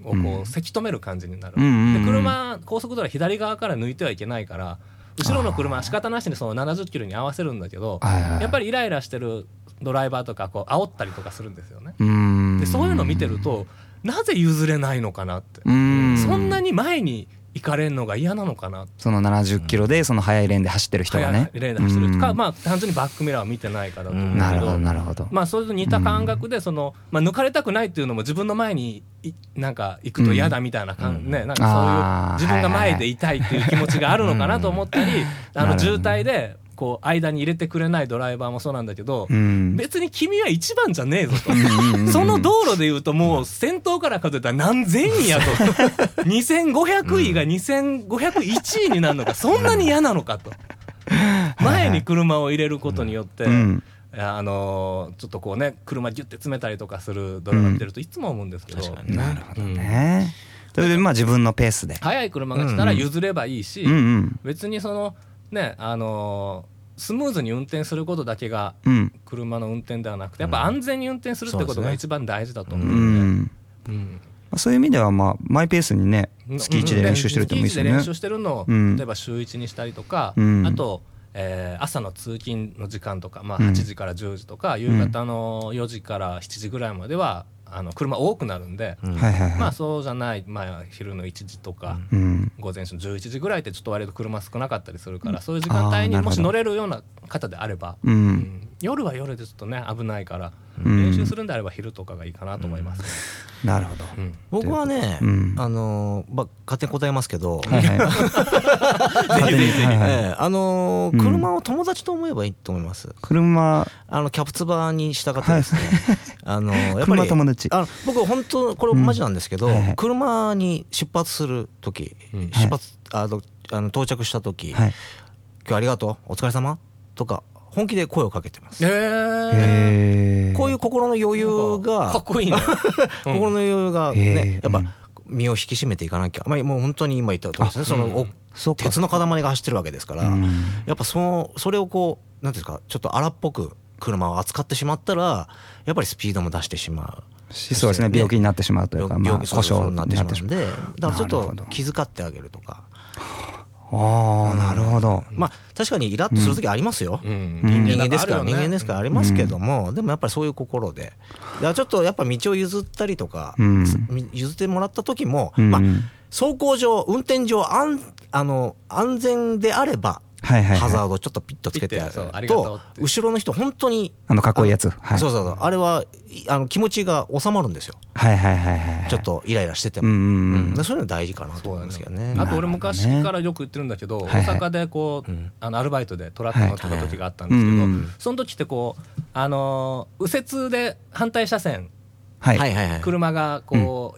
Speaker 2: をこ
Speaker 1: うん
Speaker 2: うせき止める感じになる、
Speaker 1: うんうんうん
Speaker 2: で車高速道路は左側から抜いてはいけないから後ろの車は仕方なしにその70キロに合わせるんだけど
Speaker 1: はいはいはい
Speaker 2: やっぱりイライラしてるドライバーとかこう煽ったりとかするんですよね。
Speaker 1: うん
Speaker 2: でそういうの見てるとなぜ譲れないのかなって、
Speaker 1: うん
Speaker 2: そんなに前に行かれるのが嫌なのかなって。
Speaker 1: その70キロでその速いレーンで走ってる人がね
Speaker 2: 速いレーンで走ってるとか、
Speaker 1: うん
Speaker 2: まあ単純にバックミラーを見てないからだと思うけ
Speaker 1: なるほどなるほど
Speaker 2: まあ、それと似た感覚でその、まあ、抜かれたくないっていうのも自分の前にいなんか行くと嫌だみたいな感、
Speaker 3: うん
Speaker 2: ね、なん
Speaker 1: あ
Speaker 2: か
Speaker 1: ー
Speaker 2: そういう自分が前でいたいっていう気持ちがあるのかなと思ったり、あ
Speaker 1: なるほ
Speaker 2: の
Speaker 1: ど
Speaker 2: 渋滞でこう間に入れてくれないドライバーもそうなんだけど、
Speaker 1: うん
Speaker 2: 別に君は一番じゃねえぞ と。
Speaker 1: うんうんうん
Speaker 2: その道路で言うともう先頭から数えたら何千位やと 2500位が2501位になるのがそんなに嫌なのかと前に車を入れることによって、
Speaker 1: うん
Speaker 2: あのーちょっとこうね車ギュッて詰めたりとかするドラマ見てるといつも思うんですけど、
Speaker 3: 確かにね
Speaker 1: なるほど
Speaker 2: うん
Speaker 1: ねそれでまあ自分のペースで
Speaker 2: 速い車が来たら譲ればいいし、
Speaker 1: うんうん
Speaker 2: 別にそのねあのースムーズに運転することだけが
Speaker 1: うん
Speaker 2: 車の運転ではなくてやっぱ安全に運転するってことが一番大事だと思う
Speaker 1: うん
Speaker 2: で、
Speaker 1: ん
Speaker 2: うん
Speaker 1: まあそういう意味ではまあマイペースにね月1で練習してるってもいいですよね
Speaker 2: 月一で練習してるのを、
Speaker 1: うん
Speaker 2: 例えば週1にしたりとか、
Speaker 1: うん
Speaker 2: あと、えー朝の通勤の時間とか、まあ、
Speaker 1: うん
Speaker 2: 8時から10時とか、夕方の4時から7時ぐらいまではあの車多くなるんで、
Speaker 1: はいはいはい
Speaker 2: まあそうじゃない、まあ、昼の1時とか、
Speaker 1: うん
Speaker 2: 午前中の11時ぐらいってちょっと割と車少なかったりするから、そういう時間帯に
Speaker 1: あーなるほ
Speaker 2: も
Speaker 1: ど
Speaker 2: し乗れるような方であれば、
Speaker 1: う
Speaker 2: うんん夜は夜でちょっとね危ないから、
Speaker 1: うん
Speaker 2: 練習するんであれば昼とかがいいかなと思います。
Speaker 1: なるほど
Speaker 2: うん
Speaker 3: 僕はね、
Speaker 1: うん
Speaker 3: あのーまあ、勝手に答えますけど、
Speaker 1: はい はいはいはい
Speaker 3: ええあのー
Speaker 1: うん
Speaker 3: 車を友達と思えばいいと思います。
Speaker 1: 車
Speaker 3: あのキャプツバーに従ってですね、あのーやっぱ
Speaker 1: 車
Speaker 3: り
Speaker 1: 友達
Speaker 3: あの僕本当これマジなんですけど、
Speaker 1: うんはいはい
Speaker 3: 車に出発する時、
Speaker 2: うん
Speaker 3: 出発あのあの到着した時、
Speaker 1: はい
Speaker 3: 今日ありがとうお疲れ様とか本気で声をかけてます。
Speaker 2: え
Speaker 1: へー
Speaker 3: こういう心の余裕が
Speaker 2: かっこいいね。
Speaker 3: 心の余裕が
Speaker 1: へ
Speaker 3: ね
Speaker 1: え、
Speaker 3: やっぱ
Speaker 1: うん
Speaker 3: 身を引き締めていかなきゃ、まあ、もう本当に今言ったとおりですねその、お
Speaker 1: そうか
Speaker 3: 鉄の塊が走ってるわけですから、
Speaker 1: うん
Speaker 3: やっぱそのそれをこうなんていうんですかちょっと荒っぽく車を扱ってしまったらやっぱりスピードも出してしまう。
Speaker 1: しそうですね病気になってしまうというか、まあ、
Speaker 3: 病気
Speaker 1: 故障
Speaker 3: に
Speaker 1: に
Speaker 3: な
Speaker 1: な
Speaker 3: っ
Speaker 1: ってて
Speaker 3: し
Speaker 1: し
Speaker 3: ま
Speaker 1: ま
Speaker 3: う
Speaker 1: うん
Speaker 3: でだからちょっ
Speaker 1: なる
Speaker 3: と
Speaker 1: ほど
Speaker 3: 気遣ってあげるとか
Speaker 1: ああなるほど、
Speaker 3: まあ確かにイラッとする時ありますよ、
Speaker 2: うん
Speaker 1: うん
Speaker 3: 人間ですから、
Speaker 2: ある
Speaker 3: 人
Speaker 2: よ
Speaker 3: 間
Speaker 2: ね
Speaker 3: ですからありますけども、でもやっぱりそういう心でだからちょっとやっぱ道を譲ったりとか、
Speaker 1: うん
Speaker 3: つ譲ってもらった時も、
Speaker 1: うん
Speaker 3: まあ、走行上運転上安あの安全であれば
Speaker 1: はいはい、
Speaker 3: ハザ
Speaker 1: は
Speaker 3: ードちょっとピッとつけて
Speaker 2: ピ
Speaker 3: や
Speaker 2: ッ
Speaker 3: る
Speaker 2: てそうありがとう
Speaker 3: と
Speaker 2: って
Speaker 3: 後ろの人本当に
Speaker 1: い、あのかっこいいやつ、はい、
Speaker 3: そうそうそうあれはいあの気持ちが収まるんですよ
Speaker 1: はいはいはいはい
Speaker 3: ちょっとイライラしてて
Speaker 1: う
Speaker 3: も、
Speaker 1: んうんうん、
Speaker 3: うんそういうの大事かなと思うんですけどね。
Speaker 2: あと俺昔からよく言ってるんだけど、
Speaker 1: はいはい
Speaker 2: 大阪でこう、
Speaker 3: うん
Speaker 2: あのアルバイトでトラック乗ってた時があったんです
Speaker 1: はい
Speaker 2: けど、
Speaker 1: はいうんうん
Speaker 2: その時ってこう、あのー右折で反対車線
Speaker 1: はい、
Speaker 3: はいはいはい。
Speaker 2: 車がこ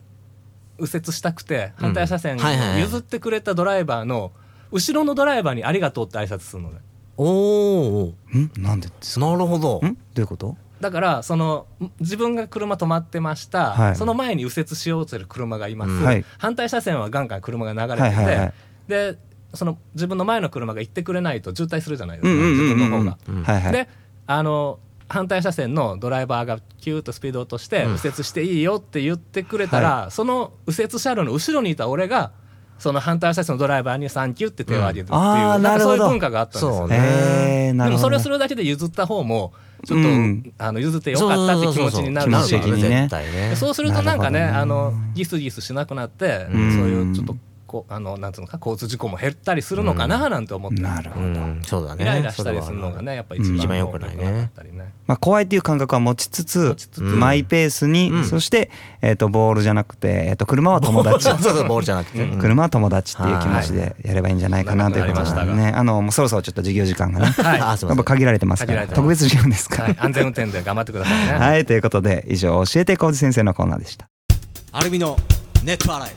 Speaker 2: う、右折したくて
Speaker 3: うん
Speaker 2: 反対車線
Speaker 3: はいはいはい
Speaker 2: 譲ってくれたドライバーの後ろのドライバーに「ありがとう」って挨拶するのね
Speaker 3: おお
Speaker 1: んなんでです
Speaker 3: ー、なるほど
Speaker 1: ん。どういうこと
Speaker 2: だからその自分が車止まってました、
Speaker 1: はい
Speaker 2: その前に右折しようとする車がいます、
Speaker 3: うん
Speaker 1: はい
Speaker 2: 反対車線はガンガン車が流れてて、
Speaker 1: はいはいはい
Speaker 2: でその自分の前の車が行ってくれないと渋滞するじゃないで
Speaker 1: う
Speaker 2: すか、
Speaker 1: んうんう
Speaker 2: 自
Speaker 1: んう
Speaker 2: 分
Speaker 1: ん
Speaker 2: の
Speaker 1: う
Speaker 2: 方
Speaker 1: ん
Speaker 2: が。
Speaker 1: はいはい
Speaker 2: であの反対車線のドライバーがキューッとスピード落として
Speaker 3: うん
Speaker 2: 右折していいよって言ってくれたら、その右折車両の後ろにいた俺がその反対車線のドライバーに「サンキュー」って手を挙げるっていう、
Speaker 1: うんあー
Speaker 2: なんかそういう
Speaker 1: なるほど
Speaker 2: 文化があったんですよ
Speaker 3: そう。
Speaker 1: えー、な
Speaker 2: で
Speaker 1: るほ
Speaker 2: もそれ
Speaker 1: ど
Speaker 2: をするだけで譲った方もちょっと、
Speaker 1: うん
Speaker 2: あの譲ってよかったって気持ちになるし
Speaker 1: そうそうそうそう気持ち的にね
Speaker 3: 絶対ね
Speaker 2: でそうするとなんかね
Speaker 1: なるほどね
Speaker 2: あのギスギスしなくなって、
Speaker 1: うん
Speaker 2: そういうちょっとこうあのなんつうのか交通事故も減ったりするのかななんて思って、
Speaker 1: なるほ
Speaker 3: う
Speaker 1: ど、
Speaker 3: ん、そうだね。
Speaker 2: イライラしたりするのがねやっぱ一
Speaker 1: うん一
Speaker 2: 番
Speaker 3: 番良くないね
Speaker 2: 良ったりね
Speaker 1: まあ、怖いっていう感覚は持ちつつ
Speaker 2: ちつつ
Speaker 1: マイペースに、
Speaker 3: うん
Speaker 1: そして、えー、とボールじゃなくて、えー、と車は友達
Speaker 3: そうだな。そうそう、ボールじゃなくて。うん
Speaker 1: 車は友達っていう気持ちでやればいいんじゃないかなということ
Speaker 2: な
Speaker 1: な
Speaker 2: るほ
Speaker 1: ん
Speaker 2: ど
Speaker 1: でねあのもうそろそろちょっと授業時間がね、
Speaker 2: はい
Speaker 3: あ、すい
Speaker 1: や
Speaker 3: ませ
Speaker 1: っぱ
Speaker 3: ん。
Speaker 1: 限られてますか
Speaker 2: 限られ
Speaker 1: ら
Speaker 2: てます
Speaker 1: 特別授業ですから
Speaker 2: は
Speaker 1: はいい、、。
Speaker 2: 安全運転で頑張ってくださいね
Speaker 1: ということで以上教えて浩二先生のコーナーでした
Speaker 3: アルミのネット洗い。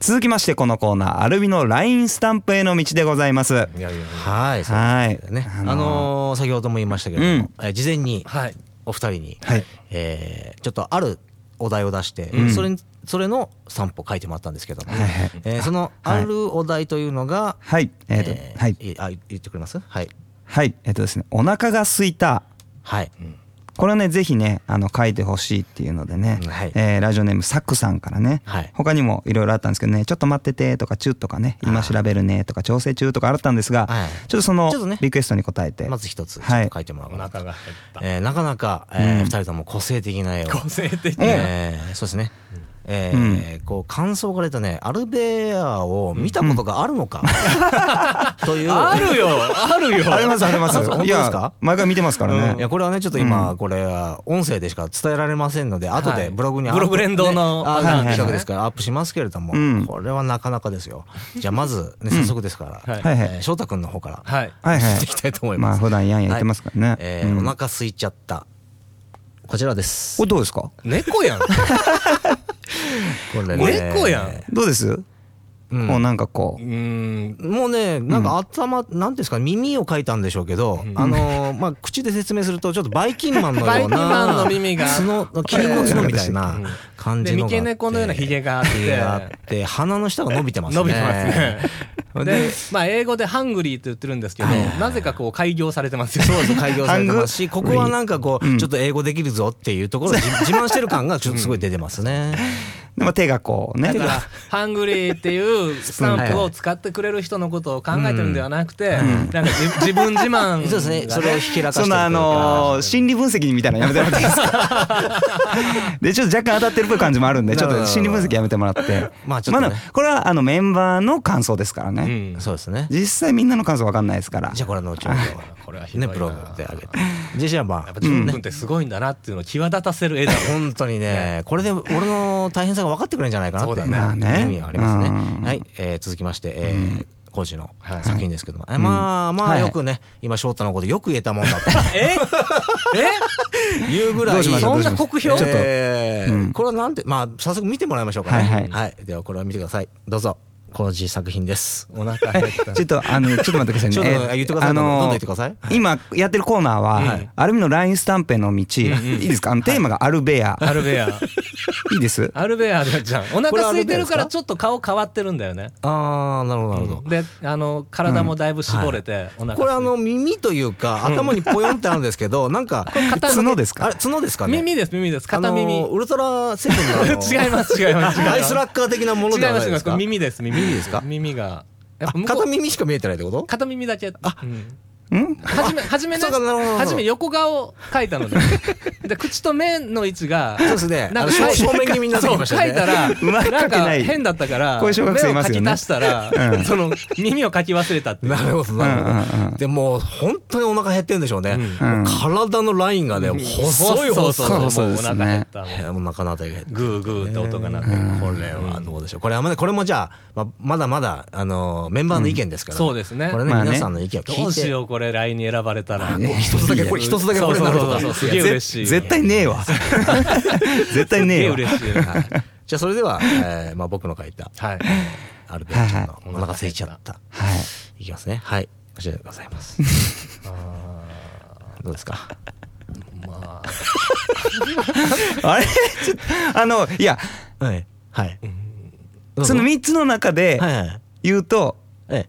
Speaker 1: 続きましてこのコーナーアルビの LINE スタンプへの道でございます
Speaker 2: いやいやいや
Speaker 3: はい、そう
Speaker 1: はい
Speaker 3: ですね。
Speaker 1: あ
Speaker 3: あ
Speaker 1: のー
Speaker 3: のー、先ほども言いましたけれども、えー事前に
Speaker 2: はい、
Speaker 3: お二人に、
Speaker 1: はい
Speaker 3: えーちょっとあるお題を出して、
Speaker 1: うん
Speaker 3: それにそれの散歩書いてもらったんですけども、
Speaker 1: はいはい
Speaker 3: えーその
Speaker 1: はい
Speaker 3: あるお題というのが、
Speaker 1: はいえっ、と、
Speaker 3: えー
Speaker 1: はい
Speaker 3: いあ言ってくれますはい
Speaker 1: はいえっ、とですねお腹が空いた
Speaker 3: はい、
Speaker 1: これはねぜひねあの書いてほしいっていうのでね、
Speaker 3: うんはい
Speaker 1: えーラジオネームサックさんからね、
Speaker 3: はい
Speaker 1: 他にもいろいろあったんですけどね「ちょっと待ってて」とか「チュッ」とかね「今調べるね」とか「調整中」とかあったんですが、
Speaker 3: はい
Speaker 1: ちょっとその
Speaker 3: ちょっとね
Speaker 1: リクエストに応えて、
Speaker 3: まず一つちょ
Speaker 1: はい
Speaker 3: っと書いてもらお
Speaker 2: お
Speaker 3: うかな、
Speaker 2: 腹が減った。
Speaker 3: えーなかなか、えー
Speaker 1: うん
Speaker 3: 二人とも個性的な絵を、
Speaker 2: 個性的な。
Speaker 3: えーそうですね、えーこう感想が出たねアルベアを見たことがあるのか、 という
Speaker 2: あるよ、あるよ。
Speaker 1: ありますあります
Speaker 3: あそう
Speaker 1: い
Speaker 3: 本当です
Speaker 1: や
Speaker 3: か
Speaker 1: 毎回見てますからね、
Speaker 3: いやこれはねちょっと今これは音声でしか伝えられませんので後でブログにアップ
Speaker 2: ブログ連動の
Speaker 3: ねあ
Speaker 2: はいはいはい
Speaker 3: 企画ですからアップしますけれども
Speaker 1: うん
Speaker 3: これはなかなかですよじゃあまずね早速ですから
Speaker 2: はい
Speaker 1: はいはい
Speaker 3: えー翔太君の方から
Speaker 2: はい。
Speaker 1: はいは
Speaker 3: やってい
Speaker 1: い
Speaker 3: きたいと思い
Speaker 1: ま
Speaker 3: ま
Speaker 1: あ
Speaker 3: す
Speaker 1: 普段やんやん言ってますからね、
Speaker 3: え
Speaker 1: う
Speaker 3: ーお
Speaker 1: ん
Speaker 3: 腹空いちゃったこちらです
Speaker 1: これどうですか
Speaker 2: 猫やん。
Speaker 3: これね
Speaker 2: 猫やん。
Speaker 1: どうです、
Speaker 3: うん
Speaker 1: こうなんかこ
Speaker 2: う
Speaker 1: う、
Speaker 2: ーん。
Speaker 3: もうねなんか頭なんていうんですか耳を描いたんでしょうけどあのーまあ口で説明するとちょっとバイキンマンのような
Speaker 2: バイキンマンの耳が
Speaker 3: 角キリンの角みたいな感
Speaker 2: で、
Speaker 3: じのがあ
Speaker 2: 三
Speaker 3: って
Speaker 2: 毛猫のようなヒゲがあっ。
Speaker 3: ヒゲがあってて鼻の下が伸びてますね
Speaker 2: 伸びてますね。で
Speaker 3: で、
Speaker 2: まあ、英語でハングリーと言ってるんですけど、なぜかこう開業されてますよ。
Speaker 3: そうです開業されてますし
Speaker 1: ハン
Speaker 3: こ
Speaker 1: グ
Speaker 3: こはなんかこ
Speaker 1: うん
Speaker 3: うちょっと英語できるぞっていうところを自自慢してる感がちょっとすごい出てますね
Speaker 1: でも手がこうね
Speaker 2: だから、ハングリーっていうスタンプを使ってくれる人のことを考えてるんではなくて、なんかじ自分自慢が。
Speaker 3: そうですねそれをひけらかしてる
Speaker 1: そ
Speaker 3: という
Speaker 1: んな
Speaker 3: か
Speaker 1: あのー心理分析みたいなのやめてもらっていいですか でちょっと若干当たってるっぽい感じもあるんでちょっと心理分析やめてもらって
Speaker 3: まあちょっとね
Speaker 1: でもこれはあのメンバーの感想ですから
Speaker 2: う
Speaker 1: ね、
Speaker 2: ん。
Speaker 3: そうですね
Speaker 1: 実際みんなの感想わかんないですから
Speaker 3: じゃあこれは後ほ
Speaker 2: これはひ
Speaker 3: ど
Speaker 2: どい
Speaker 3: ね
Speaker 2: な
Speaker 3: ブログであげてじゃあじゃあま
Speaker 2: やっ
Speaker 3: あ
Speaker 2: ぱ自分ってすごいんだなっていうのを際立たせる絵だ。
Speaker 3: 本当にねこれで俺の大変さが分かってくれるんじゃないかなって
Speaker 2: そう
Speaker 1: だね
Speaker 3: 意味がありますね
Speaker 1: うん
Speaker 3: はいえー続きましてえーコージの作品ですけどもえーまあま
Speaker 1: は
Speaker 3: あ
Speaker 1: い
Speaker 3: よくね今翔太のことよく言えたもんだ と
Speaker 2: え
Speaker 3: いうぐらい
Speaker 1: どうしましょう
Speaker 2: そ
Speaker 1: ど
Speaker 2: ん
Speaker 1: うし
Speaker 2: な
Speaker 1: ましょう
Speaker 2: 酷評
Speaker 1: ちょっと
Speaker 3: えー
Speaker 1: うん
Speaker 3: これはなんてまあ早速見てもらいましょうかね
Speaker 1: はいはい
Speaker 3: ではこれは見てくださいどうぞこじ作品です。
Speaker 2: お腹減った
Speaker 1: ちょっとあのちょっと待ってくださいね
Speaker 3: ちょっと
Speaker 1: え
Speaker 3: あ言ってください
Speaker 1: あの
Speaker 3: どんどん言ってください
Speaker 1: 今やってるコーナーは、
Speaker 3: はい
Speaker 1: アルミのラインスタンペの道、いいですかあのテーマがアルベア、
Speaker 2: アルベア
Speaker 1: い、いです
Speaker 2: アルベアだじゃんお
Speaker 3: これア
Speaker 2: 腹空
Speaker 3: ル
Speaker 2: い
Speaker 3: ベ
Speaker 2: て
Speaker 3: アで
Speaker 2: る
Speaker 3: す
Speaker 2: か
Speaker 3: から
Speaker 2: ちょっと顔変わってるんだよね
Speaker 3: ああなるほどなるほど。
Speaker 2: であの体もだいぶ絞れて、お腹
Speaker 3: これあ
Speaker 2: 空い
Speaker 3: の耳というか頭にポヨンってあるんですけど、なんか
Speaker 1: 角ですか
Speaker 3: あれ角ですか
Speaker 2: て
Speaker 3: ね。
Speaker 2: 耳です耳です
Speaker 3: あ
Speaker 2: 片
Speaker 3: の
Speaker 2: 耳、
Speaker 3: ウルトラセブンのあの
Speaker 2: 違います違います違います
Speaker 3: アイスラッカー的なもの
Speaker 2: 違
Speaker 3: で
Speaker 2: い
Speaker 3: は
Speaker 2: ま
Speaker 3: な
Speaker 2: す
Speaker 3: いで
Speaker 2: 違いますすこれ
Speaker 3: か。
Speaker 2: 耳です耳
Speaker 3: 耳ですか
Speaker 2: 耳がやっ
Speaker 3: あ
Speaker 2: ぱ向こう
Speaker 3: 片耳しか見えてないってこと？
Speaker 2: 片耳だけあ、うん
Speaker 1: ん
Speaker 2: はじめ、はじめね
Speaker 3: そうかなるほどなるほど
Speaker 2: はじめ横顔描いた ので。で、口と目の位置が、
Speaker 3: そうですね。
Speaker 2: なんか
Speaker 3: あの
Speaker 2: 書い
Speaker 3: 正正面気味になって
Speaker 2: そ
Speaker 3: き
Speaker 2: う
Speaker 3: ました
Speaker 2: 描いた
Speaker 3: ね。
Speaker 2: ら、
Speaker 1: うまく描け
Speaker 2: なん
Speaker 1: な
Speaker 2: か
Speaker 1: い
Speaker 2: 変だったから、
Speaker 1: こういう小学生い
Speaker 2: 目を
Speaker 1: ますよね
Speaker 2: 描き足したら、
Speaker 1: うん
Speaker 2: その耳を描き忘れたっていう。
Speaker 3: なるほどなる
Speaker 1: うんうん
Speaker 3: ほ
Speaker 1: うん
Speaker 3: ど。でもう本当にお腹減ってるんでしょうね。
Speaker 1: う
Speaker 3: も
Speaker 1: ん
Speaker 3: う体のラインがね細い
Speaker 2: そう
Speaker 3: 細い。
Speaker 2: そう
Speaker 1: 細
Speaker 2: そ、
Speaker 1: いう
Speaker 2: も
Speaker 1: で
Speaker 2: うお
Speaker 1: すね
Speaker 2: 腹減った。
Speaker 3: えーもう中のあたりが減って
Speaker 2: グーグーって音が鳴って
Speaker 3: こ。れはどうでしょう。これはまだこれもじゃあままだまだあのメンバーの意見ですから。
Speaker 2: そうですね
Speaker 3: これね
Speaker 1: まあね
Speaker 3: 皆さんの意見を聞いて。
Speaker 2: どうしよう、これ、LINE に選ばれたら。
Speaker 3: 一つだけこれ一つだけこれになると
Speaker 2: そうそうそうそうすげえ
Speaker 1: ぜ
Speaker 2: 嬉しい。
Speaker 1: 絶対ね えわ絶対ね
Speaker 2: すげ
Speaker 1: え
Speaker 2: え
Speaker 1: わ
Speaker 2: 嬉しいな。
Speaker 3: はいじゃあそれでは、えーまあ僕の書いた
Speaker 2: はい。
Speaker 3: アルベルちゃんのお腹空いちゃった。
Speaker 1: はい
Speaker 3: いきますね。はい。こちらでござい ます。どうですか。
Speaker 1: あれちょっとあのいや
Speaker 3: はい。はい。
Speaker 1: その3つの中で
Speaker 3: はいはい。
Speaker 1: 言うと
Speaker 3: え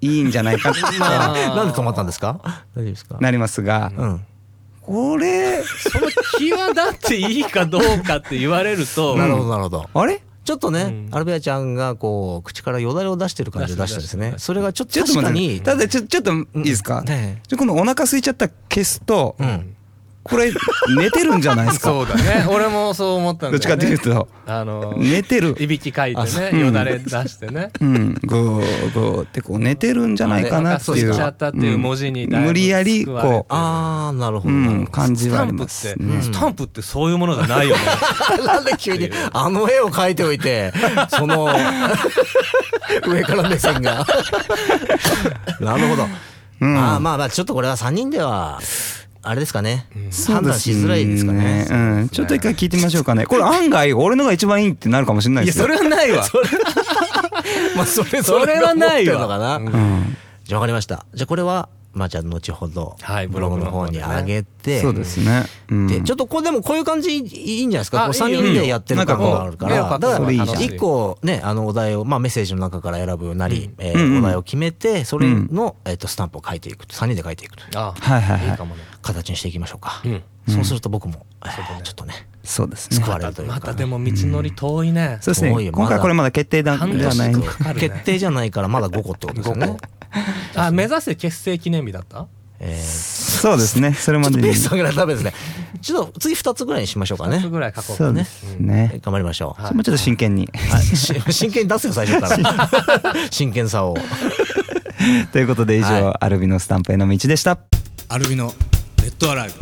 Speaker 1: いいんじゃないかって
Speaker 3: え。
Speaker 2: まあ
Speaker 3: なんで止まったんですか。大丈夫ですか。
Speaker 1: なりますが
Speaker 3: うん。
Speaker 1: これ
Speaker 2: その際だっていいかどうかって言われると、
Speaker 3: なるほどなるほど。
Speaker 1: あれ
Speaker 3: ちょっとね、アルベアちゃんがこう口からよだれを出してる感じを出してですね。それがちょっと
Speaker 1: ちょっと
Speaker 3: 確か
Speaker 1: 待っ
Speaker 3: に
Speaker 1: てただちょちょっといいですか
Speaker 3: うんね
Speaker 1: じゃあ今度お腹空いちゃった消すと
Speaker 3: うん。
Speaker 1: これ寝てるんじゃないですか
Speaker 2: そうだね。俺もそう思ったん
Speaker 1: ど
Speaker 2: だよ、ね。
Speaker 1: っちかっていうと
Speaker 2: あのー
Speaker 1: 寝てる
Speaker 2: いびきかいてね、よだれ出してね。
Speaker 1: うんグーグーってこう寝てるんじゃないかなっていう
Speaker 2: お腹空いちゃったっていう文字にだいぶ
Speaker 1: 無理やり
Speaker 2: 救われて
Speaker 1: こ
Speaker 3: ああなるほ
Speaker 1: うう
Speaker 3: ど。なるほ
Speaker 1: ん
Speaker 3: ど
Speaker 1: 感じ
Speaker 2: ス
Speaker 1: は
Speaker 2: タ
Speaker 1: あり
Speaker 2: ンプ
Speaker 1: ま
Speaker 2: って、
Speaker 1: す
Speaker 2: ス
Speaker 1: ね
Speaker 2: タンプってそういうものじゃないよね。
Speaker 3: なんで急にあの絵を描いておいてその上から目線がなるほど、
Speaker 1: うん
Speaker 3: ああまあまあちょっとこれは3人ではあれですかね、
Speaker 1: そう
Speaker 3: 判
Speaker 1: で
Speaker 3: 断しづらいですかね
Speaker 1: うん、ちょっと一回聞いてみましょうかね。これ案外俺のが一番いいってなるかもしれ ないですよ。
Speaker 2: はない わ。
Speaker 3: まあそ れ
Speaker 2: それはな
Speaker 3: 思って
Speaker 2: いわ
Speaker 3: るのかな、
Speaker 1: う
Speaker 3: じ
Speaker 1: ん、
Speaker 3: ゃあわかりましたじゃあこれはまあじゃあ後ほど、
Speaker 2: はい
Speaker 3: ブログの方に上げて
Speaker 1: そうですね。うん、
Speaker 3: でちょっとこれでもこういう感じいいんじゃないですか
Speaker 2: あ
Speaker 3: こう3人でやってる感があるか
Speaker 2: いいよ
Speaker 3: ら
Speaker 2: うん
Speaker 3: だか
Speaker 1: そ
Speaker 3: ら
Speaker 1: れいいじゃん
Speaker 3: 1個ねあのお題を、まあ、メッセージの中から選ぶなり、えー
Speaker 1: うんうん
Speaker 3: お題を決めてそれの、えっとスタンプを書いていくと3人で書いていくと
Speaker 2: ああ、
Speaker 1: はいはいはい
Speaker 2: いかもね。
Speaker 3: 形にしていきましょうか、
Speaker 2: うん
Speaker 3: そうすると僕も、えーちょっとね
Speaker 1: そうですね
Speaker 3: 救。われるというか、
Speaker 2: またでも道のり遠いね。
Speaker 1: そうですね。
Speaker 3: 多いよ
Speaker 1: 今
Speaker 3: ま
Speaker 1: 回
Speaker 3: だ
Speaker 1: これまだ決定だ
Speaker 2: 半
Speaker 1: じゃない
Speaker 2: 年
Speaker 1: の
Speaker 2: かかるね
Speaker 3: 決定じゃないからまだ5個ってことですよね、
Speaker 2: あ、目指せ結成記念日だった
Speaker 3: えー
Speaker 1: そうですね。そ
Speaker 3: ち
Speaker 1: れ
Speaker 3: ょ
Speaker 1: ま
Speaker 3: っと
Speaker 1: で
Speaker 3: ペー
Speaker 1: に。
Speaker 3: ス上
Speaker 1: そ
Speaker 3: げないとダメですねちょっと次2つぐらいにしましょうかね
Speaker 2: 2つぐらい書こう
Speaker 1: う
Speaker 2: か
Speaker 1: で
Speaker 2: ね。
Speaker 1: すね。
Speaker 3: 頑張りましょう、
Speaker 1: もうちょっと真剣に。
Speaker 3: はいし 真剣に出すよ最初から 真剣さを。
Speaker 1: ということで以上、
Speaker 3: は
Speaker 1: アルビのスタンプへの道でした。
Speaker 4: アルビのレッドアライブ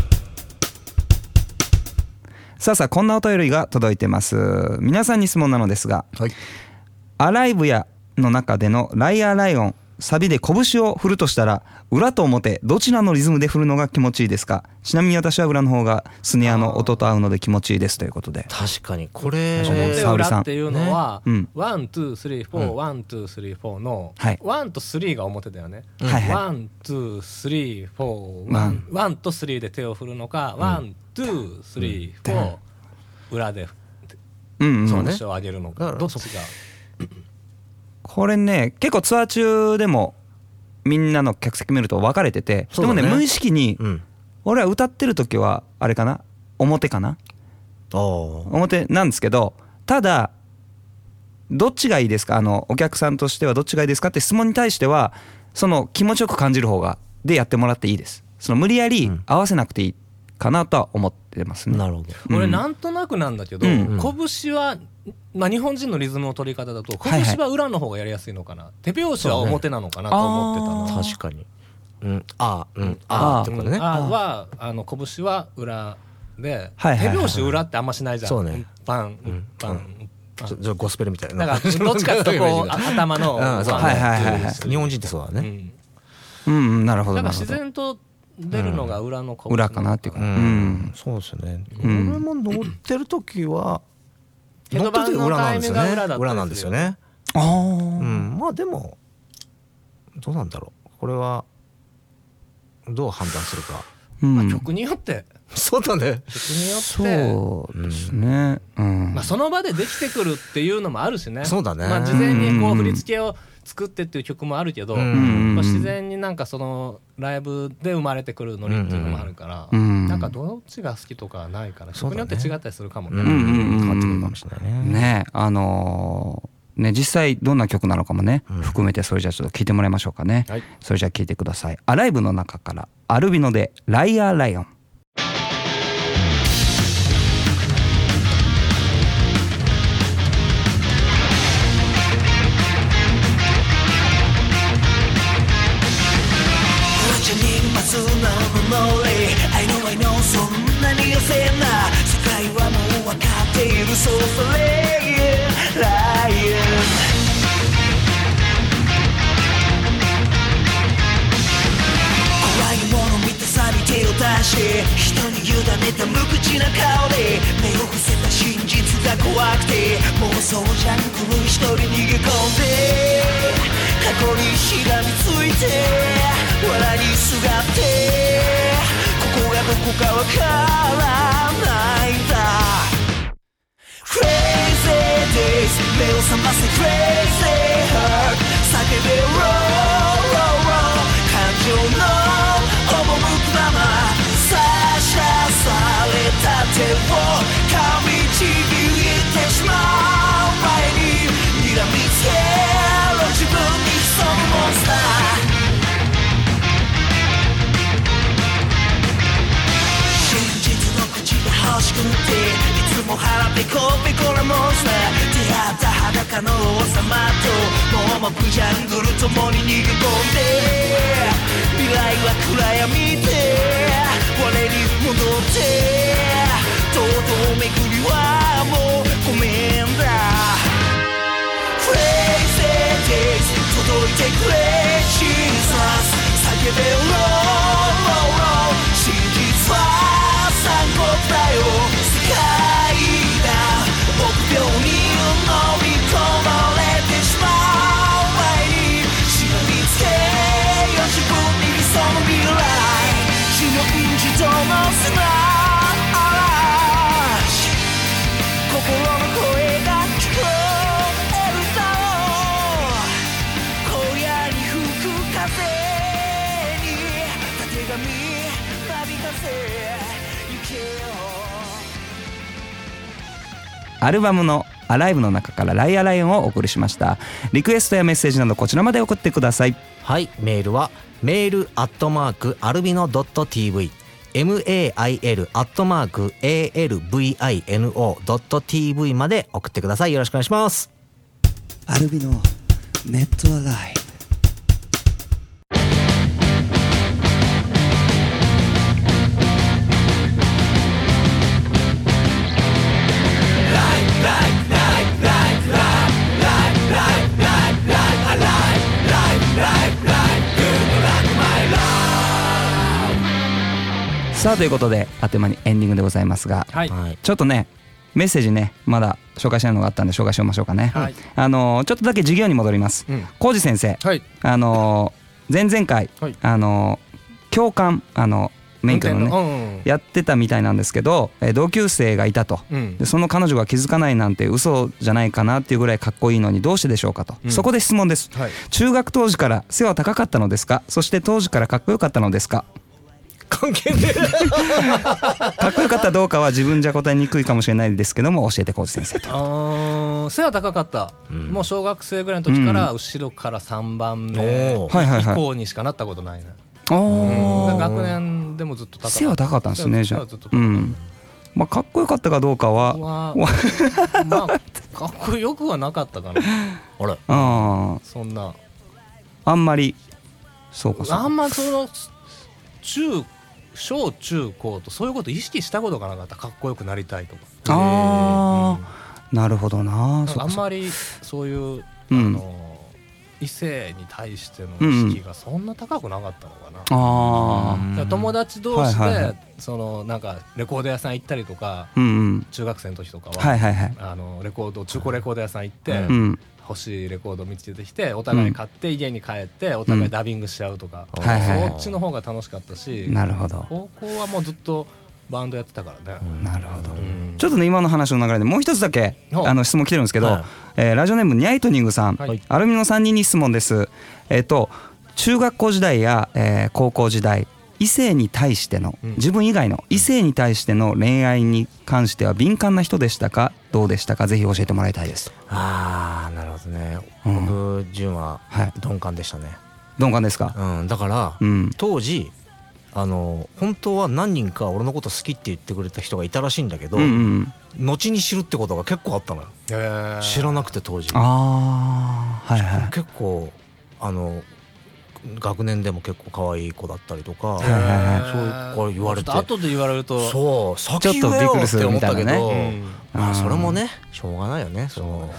Speaker 1: さあさあこんなお便りが届いてます。皆さんに質問なのですが、
Speaker 3: はい
Speaker 1: アライブやの中でのライアーライオンサビで拳を振るとしたら裏と表どちらのリズムで振るのが気持ちいいですかちなみに私は裏の方がスネアの音と合うので気持ちいいですということで
Speaker 3: 確かにこれ
Speaker 1: 確かに
Speaker 2: 表
Speaker 1: 沙織さん
Speaker 2: 裏っていうのは
Speaker 1: ねうん、
Speaker 2: ワン、ツー、スリー、フォー、ワン、ツー、スリー、フォーの
Speaker 1: はい、
Speaker 2: ワンとスリーが表だよね。
Speaker 1: はいはい
Speaker 2: ワン、ツー、スリー、フォー、
Speaker 1: ワ
Speaker 2: ワ
Speaker 1: ン
Speaker 2: ン、ワンとスリーで手を振るのか、ワン、ツー、スリー、フォー、裏で
Speaker 1: うんうん
Speaker 3: そうね
Speaker 2: 拳を上げるの
Speaker 3: だ
Speaker 2: か、
Speaker 3: から
Speaker 2: どっちが。
Speaker 1: これね結構ツアー中でもみんなの客席見ると分かれてて
Speaker 3: そ
Speaker 1: で
Speaker 3: う
Speaker 1: も
Speaker 3: だね
Speaker 1: ね無意識に
Speaker 3: うん
Speaker 1: 俺は歌ってる時はあれかな表かな
Speaker 3: ああ
Speaker 1: 表なんですけどただどっちがいいですかあのお客さんとしてはどっちがいいですかって質問に対してはその気持ちよく感じる方がでやってもらっていいですその無理やり
Speaker 3: ん
Speaker 1: 合わせなくていいかなとは思ってますね、
Speaker 3: なるほど
Speaker 1: うん
Speaker 2: 俺なんとなくなんだけど、
Speaker 1: うん
Speaker 2: 拳は、まあ、日本人のリズムの取り方だと
Speaker 1: はいはい
Speaker 2: 拳は裏の方がやりやすいのかな、手拍子は表なのかなと思ってたの、
Speaker 1: そうね
Speaker 3: 確かにうんあーうん
Speaker 1: あ
Speaker 3: あ
Speaker 1: ー
Speaker 3: ーってことね
Speaker 2: あはあの拳は裏で、
Speaker 1: はいはいはい
Speaker 2: 手拍子裏ってあんましないじゃん
Speaker 3: そうね
Speaker 2: バンバ
Speaker 3: う
Speaker 2: ンバ
Speaker 3: ちょ
Speaker 2: ン
Speaker 3: ちょゴスペルみたいな
Speaker 2: だからどっちかっ ていう とこうあ頭の
Speaker 3: うんそう
Speaker 1: はいはいはいはい
Speaker 3: 日本人ってそうだ
Speaker 2: う
Speaker 3: ね
Speaker 2: ん
Speaker 1: うんうんなるほ
Speaker 2: だ
Speaker 1: ど
Speaker 2: から
Speaker 1: なるほ
Speaker 2: 自
Speaker 1: ど
Speaker 2: 然と出るのが裏の拳
Speaker 1: 裏かなっていう
Speaker 2: か
Speaker 1: か
Speaker 3: う
Speaker 1: うん、
Speaker 3: んそうですね
Speaker 1: う
Speaker 3: 俺
Speaker 1: ん
Speaker 3: も乗ってる時は
Speaker 2: ヘ
Speaker 3: 乗
Speaker 2: ド
Speaker 3: ってる
Speaker 2: バ
Speaker 3: 時
Speaker 2: ンの
Speaker 3: 裏なん
Speaker 2: タイ
Speaker 3: です
Speaker 2: ム
Speaker 3: よ
Speaker 2: が
Speaker 3: ね
Speaker 2: 裏だったりする
Speaker 3: 裏なんですよね
Speaker 1: ああ、
Speaker 3: うん、まあでもどうなんだろうこれはどう判断するか
Speaker 1: うん
Speaker 2: まあ、曲によって
Speaker 3: そうだね
Speaker 2: 曲によって
Speaker 1: そうですねうん、
Speaker 2: まあ、その場でできてくるっていうのもあるしね
Speaker 3: そうだね
Speaker 2: まあ、事前にこう振り付けを作ってっていう曲もあるけど、
Speaker 3: うん
Speaker 1: うん
Speaker 2: まあ、自然になんかそのライブで生まれてくるノリっていうのもあるから、
Speaker 1: うん
Speaker 2: なんかどっちが好きとかはないから
Speaker 3: そう
Speaker 2: 曲
Speaker 3: だ
Speaker 2: に
Speaker 3: ね
Speaker 2: よって違ったりするかもね、
Speaker 1: んうんうんうん
Speaker 3: 変わってくるかもしれないね
Speaker 1: ねあのーね実際どんな曲なのかもね、
Speaker 3: うん
Speaker 1: 含めてそれじゃあちょっと聞いてもらいましょうかね、
Speaker 2: はい
Speaker 1: それじゃあ聞いてくださいアライブの中からアルビノでライアーライオン
Speaker 5: 街に待つなの守り I know I know そんなに焦んな世界はもう分かっているそうそれライオン怖いもの見てさび手を出し人に委ねた無口な顔で目を伏せた真実が怖くて妄想ジャンクに一人逃げ込んで過去にしがみついて藁にすがってここがどこかわからないんだ Crazy days 目を覚ませ Crazy heart 叫べ Roll roll roll 感情の赴くまま差し出された手を噛みちぎってしまう前に睨みつけろ自分に潜むモンスター真実の口が欲しくていつも腹ペコペコなモンスター出会った裸の王様と盲目ジャングル共に逃げ込んで未来は暗闇で我に戻って堂々巡りはもうごめんだ Crazy days 届いてくれ Jesus 叫べ Roll roll roll 真実は残酷だよ世界が臆病に飲み込まれてしまう前に忍びつけよ自分に潜む未来死の一度の砂嵐心の声が聞こえるだろう今夜に吹く風にたてがみなびかせ行けよ
Speaker 1: アルバムの「アライブ」の中から「ライアーライオン」をお送りしましたリクエストやメッセージなどこちらまで送ってください
Speaker 3: はいメールはメールアットマークアルビノ .tv mail アットマーク alvino.tv まで送ってくださいよろしくお願いします
Speaker 6: アルビのネットアライ
Speaker 1: さあということであっという間にエンディングでございますが
Speaker 2: はい、
Speaker 3: はい
Speaker 1: ちょっとねメッセージねまだ紹介しないのがあったんで紹介しましょうかね、
Speaker 2: はい
Speaker 1: あのーちょっとだけ授業に戻ります
Speaker 2: うん
Speaker 1: 浩二先生
Speaker 2: はい
Speaker 1: あのー前々回、
Speaker 2: はい
Speaker 1: あのー教官あの免許のね、
Speaker 2: 運転うん
Speaker 1: やってたみたいなんですけど、えー同級生がいたと
Speaker 2: うん
Speaker 1: でその彼女が気づかないなんて嘘じゃないかなっていうぐらいかっこいいのにどうしてでしょうかと、
Speaker 2: うん
Speaker 1: そこで質問です
Speaker 2: はい
Speaker 1: 中学当時から背は高かったのですかそして当時からかっこよかったのです か
Speaker 3: 関係ね
Speaker 1: かっこよかったどうかは自分じゃ答えにくいかもしれないですけども教えて浩二先生と
Speaker 2: あー背は高かった、もう小学生ぐらいの時から後ろから3番目
Speaker 3: おー
Speaker 1: はいはいはい
Speaker 2: 以降にしかなったことないね、
Speaker 1: ああ
Speaker 2: 学年でもずっと高かった
Speaker 1: 背は高かったんですねじ
Speaker 2: 背
Speaker 1: ゃ
Speaker 2: は
Speaker 1: あ
Speaker 2: ずっと高
Speaker 1: う
Speaker 2: かった
Speaker 1: んまあかっこよかったかどうかは
Speaker 2: は
Speaker 1: わ
Speaker 2: まあかっこよくはなかったかな
Speaker 3: あれ
Speaker 1: あ
Speaker 2: そんな
Speaker 1: ああんまりそうかそう
Speaker 2: あ
Speaker 1: か
Speaker 2: んまその中小中高とそういうこと意識したことがなかったかっこよくなりたいとか
Speaker 1: ああなるほどな
Speaker 2: なん
Speaker 1: そ
Speaker 2: か
Speaker 1: う
Speaker 2: あ
Speaker 1: か
Speaker 2: ん
Speaker 1: そうか
Speaker 2: まりそういう、
Speaker 1: うん
Speaker 2: あの異性に対しての意識がそんな高くなかったのかな、
Speaker 1: ああ
Speaker 2: だから友達同士で、
Speaker 1: はいはいはい
Speaker 2: そのなんかレコード屋さん行ったりとか
Speaker 1: うんうん
Speaker 2: 中学生の時とかは、
Speaker 1: はいはいはい
Speaker 2: あのレコード中古レコード屋さん行って、
Speaker 3: う
Speaker 1: うん
Speaker 2: 欲しいレコード見つけてきてお互い買って家に帰ってお互いダビングしちゃうとか、
Speaker 3: うん
Speaker 1: はいはいはい
Speaker 2: そっちの方が楽しかったし
Speaker 1: なるほど
Speaker 2: 高校はもうずっとバンドやってたからね、
Speaker 1: なるほど
Speaker 2: うん
Speaker 1: ちょっとね今の話の流れでもう一つだけ
Speaker 2: お
Speaker 1: あの質問来てるんですけど、
Speaker 3: はい
Speaker 1: えーラジオネームニャイトニングさん、
Speaker 2: はい
Speaker 1: アルミの3人に質問ですえっ、と中学校時代や、えー高校時代異性に対しての、
Speaker 2: うん
Speaker 1: 自分以外の異性に対しての恋愛に関しては敏感な人でしたかどうでしたかぜひ教えてもらいたいです
Speaker 3: ああなるほどね
Speaker 1: うん
Speaker 3: 僕純は
Speaker 1: はい
Speaker 3: 鈍感でしたね、
Speaker 1: 鈍感ですか
Speaker 3: うん、だから
Speaker 1: うん
Speaker 3: 当時あの本当は何人か俺のこと好きって言ってくれた人がいたらしいんだけど、
Speaker 1: うんうん
Speaker 3: 後に知るってことが結構あったのよ
Speaker 2: へー
Speaker 3: 知らなくて当時
Speaker 1: ああはいはい
Speaker 3: 結構あの学年でも結構可愛い子だったりとか
Speaker 1: いはいは
Speaker 3: そ
Speaker 1: い
Speaker 3: うこれ言われて
Speaker 2: ちょっと後で言われると
Speaker 3: そう
Speaker 1: ちょっ
Speaker 3: 先
Speaker 1: と
Speaker 3: 言え
Speaker 1: びっ
Speaker 3: よ
Speaker 1: くりす
Speaker 3: って
Speaker 1: る
Speaker 3: 思
Speaker 1: み
Speaker 3: った
Speaker 1: い
Speaker 3: た
Speaker 1: なね
Speaker 3: け
Speaker 2: う
Speaker 3: ど、
Speaker 2: ん
Speaker 3: まあそれもねしょうがないよねその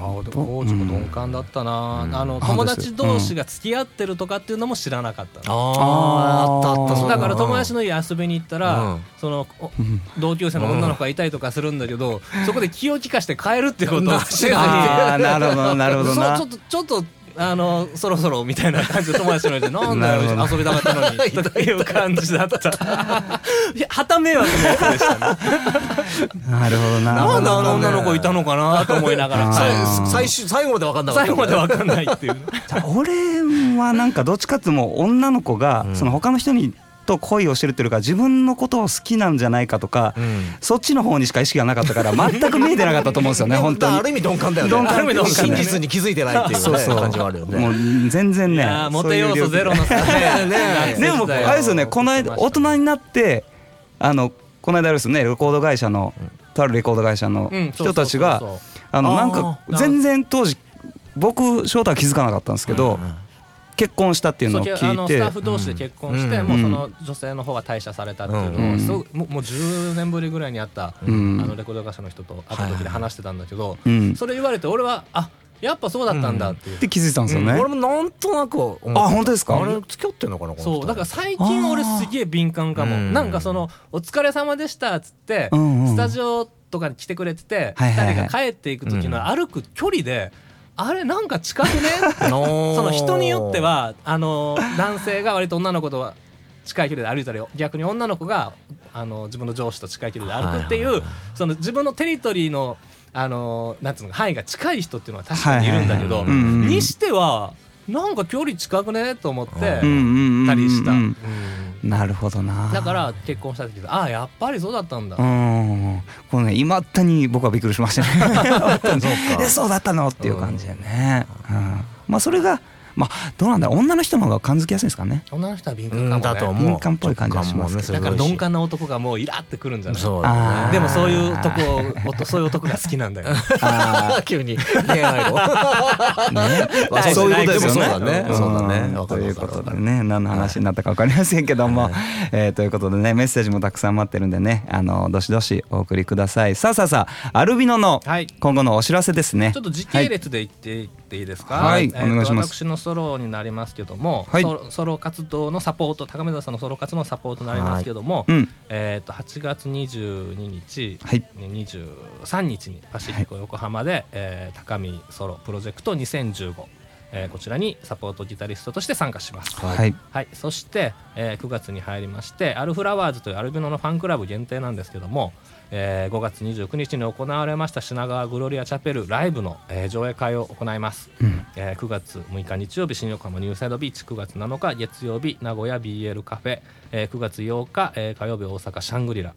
Speaker 2: あでもコーチも鈍感だったな、
Speaker 3: うん
Speaker 2: あの
Speaker 1: あ
Speaker 2: 友達同士が付き合ってるとかっていうのも知らなかったの
Speaker 3: あーあったあった
Speaker 1: あー
Speaker 3: そういう
Speaker 2: だ
Speaker 3: の
Speaker 2: から友達の家遊びに行ったら、
Speaker 3: うん
Speaker 2: そのお
Speaker 1: うん
Speaker 2: 同級生の女の子がいたりとかするんだけど、そこで気を利かして帰るっていうことを
Speaker 3: な
Speaker 2: せずに
Speaker 1: あーなるほどなるほどな
Speaker 2: そうちょっとちょっとあのそろそろみたいな感じで友達の家でなんだよ
Speaker 1: なるほ
Speaker 2: 遊びたかったのにという感じだった いや旗迷惑なやつでしたね
Speaker 1: なるほどな
Speaker 2: なんであの女の子いたのかなと思いなが
Speaker 1: あ
Speaker 2: ら
Speaker 1: ー
Speaker 2: 最
Speaker 3: さい最終最後まで分かんなかった
Speaker 2: 最後までわかんないっていう
Speaker 1: 俺はなんかどっちかっていうともう女の子が
Speaker 3: うん
Speaker 1: その他の人にと恋をしてるっていうよりか自分のことを好きなんじゃないかとか、
Speaker 3: うん
Speaker 1: そっちの方にしか意識がなかったから全く見えてなかったと思うんですよね本 当
Speaker 3: ある
Speaker 1: に。
Speaker 3: 意味鈍感だよね
Speaker 1: 鈍感
Speaker 3: ある意味
Speaker 2: 鈍感
Speaker 3: 真
Speaker 2: だね
Speaker 3: 実に気づいてないっていうね
Speaker 1: そうそう
Speaker 3: 感じはあるよね
Speaker 1: もう全然
Speaker 2: い
Speaker 1: ね
Speaker 2: やーモテ要素ゼロのさね
Speaker 1: でもあれですよねこの間大人になってあのこの間あれですよねレコード会社のとあるレコード会社の人たちがあのなんか
Speaker 2: あー
Speaker 1: 全然当時僕翔太は気づかなかったんですけど結婚したっていうのを
Speaker 2: そうあ
Speaker 1: 聞い
Speaker 2: のス
Speaker 1: て
Speaker 2: タッフ同士で結婚して、
Speaker 3: うん
Speaker 2: もうその女性の方が退社されたっていうのを、すごくもうもう10年ぶりぐらいに会った、
Speaker 1: うん
Speaker 2: あのレコード会社の人と会った時で話してたんだけど、
Speaker 1: うん
Speaker 2: それ言われて俺はあやっぱそうだったんだっていう、
Speaker 1: って気づいたんですよね。
Speaker 3: 俺もなんとなく思った
Speaker 1: あ本当ですか
Speaker 3: あれ付き合ってんのかなこの人
Speaker 2: そうだから最近俺すげえ敏感かも、
Speaker 3: うん
Speaker 2: なんかその「お疲れ様でした」っつって、
Speaker 1: うんうん
Speaker 2: スタジオとかに来てくれてて、
Speaker 1: はいはいはい
Speaker 2: 2人が帰っていく時の歩く距離で、あれなんか近くねって
Speaker 3: あのー
Speaker 2: その人によってはあの男性が割と女の子とは近い距離で歩いたり逆に女の子があの自分の上司と近い距離で歩くってい
Speaker 3: はいは
Speaker 2: うその自分のテリトリーのあのなんつうの範囲が近い人っていうのは確かにいるんだけ
Speaker 3: は
Speaker 2: ど
Speaker 3: いはいはい
Speaker 1: うん
Speaker 2: にしてはなんか距離近くねと思って
Speaker 1: うんうんうんうん
Speaker 2: たりした
Speaker 1: うんなるほどな。
Speaker 2: だから結婚した時ああやっぱりそうだったんだ
Speaker 1: うん。このね今ったに僕はびっくりしました
Speaker 3: そ
Speaker 1: ね。
Speaker 3: うか
Speaker 1: えそうだったのっていう感じでね。うん。まあそれがまあどうなんだろう女の人の方が感づきやすいんですかね。
Speaker 2: 女の人は敏
Speaker 3: う
Speaker 2: 感
Speaker 3: んだ
Speaker 2: か
Speaker 3: と
Speaker 2: もね
Speaker 3: 思う
Speaker 1: 敏感っぽい感じはしますけ
Speaker 2: だから鈍感
Speaker 3: な
Speaker 2: な男がもうイラってくるんじゃない
Speaker 3: そう
Speaker 1: あー
Speaker 2: でもそういうとこをそういう男が好きな んだよ
Speaker 3: あ 急に恋愛を まあ
Speaker 1: ねそういうことです
Speaker 3: そうだ
Speaker 1: よね。
Speaker 3: ね
Speaker 1: ん
Speaker 3: そうだねわか
Speaker 1: と
Speaker 3: る
Speaker 1: い
Speaker 3: わ
Speaker 1: う
Speaker 3: か
Speaker 1: こ
Speaker 3: る
Speaker 1: とでね、何の話になったかわかりませんけども、 えーということでね、メッセージもたくさん待ってるんでね、あのどしどしお送りください。さあさあさあ、アルビノの
Speaker 2: はい
Speaker 1: 今後のお知らせですね。
Speaker 2: ちょっと時系列で言っていっていいですか、
Speaker 1: はい
Speaker 2: えーと
Speaker 1: お願いします
Speaker 2: 私のソロになりますけども、
Speaker 1: はい
Speaker 2: ソロソロ活動のサポート高見沢さんのソロ活動のサポートになりますけども、
Speaker 1: うん、
Speaker 2: えー、と8月22日、
Speaker 1: はい
Speaker 2: 23日にパシフィコ横浜で、えー高見ソロプロジェクト2015、えーこちらにサポートギタリストとして参加します。
Speaker 1: はい、
Speaker 2: はい、そして、えー9月に入りましてアルフラワーズというアルビノのファンクラブ限定なんですけども、えー5月29日に行われました品川グロリアチャペルライブの、えー上映会を行います、えー9月6日日曜日新横浜ニューサイドビーチ9月7日月曜日名古屋 BL カフェ、えー9月8日、えー火曜日大阪シャングリラ